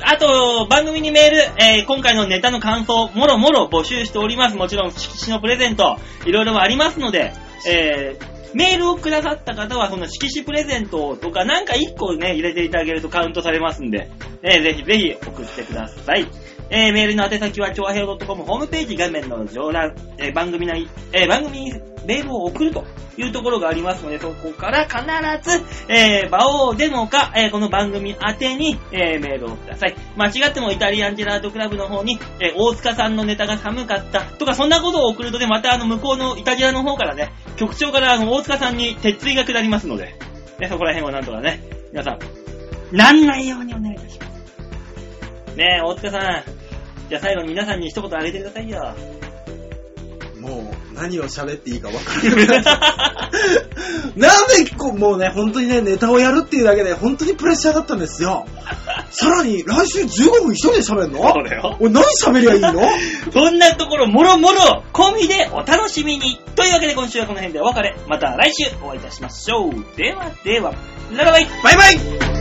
あと、番組にメール、えー今回のネタの感想、もろもろ募集しております。もちろん、色紙のプレゼント、いろいろありますので、えー、メールをくださった方は、その色紙プレゼントとか、なんか1個ね、入れていただけるとカウントされますんで、えーぜひぜひ送ってください。えーメールの宛先は、超平洋 .com ホームページ画面の上欄、えー番組内、えー番組にメールを送るというところがありますので、そこから必ず、えー、馬王でもか、えーこの番組宛てに、えーメールをください。間違ってもイタリアンジェラートクラブの方に、えー大塚さんのネタが寒かったとか、そんなことを送るとね、またあの、向こうのイタジェラの方からね、局長からあの、大塚さんに鉄槌が下りますので、ね、そこら辺をなんとかね、皆さん、なんないようにお願いいたします。ねえ、大塚さん、じゃあ最後に皆さんに一言あげてくださいよ。もう、何を喋っていいか分からない。 [laughs] なんでこう、もうね、本当にね、ネタをやるっていうだけで、 [laughs] 本当にプレッシャーだったんですよ。さらに、来週15分一人で喋るのそうだよ俺何喋りゃいいのそんなところもろもろ込みでお楽しみにというわけで今週はこの辺でお別れまた来週お会いいたしましょうではではならばいバイバイ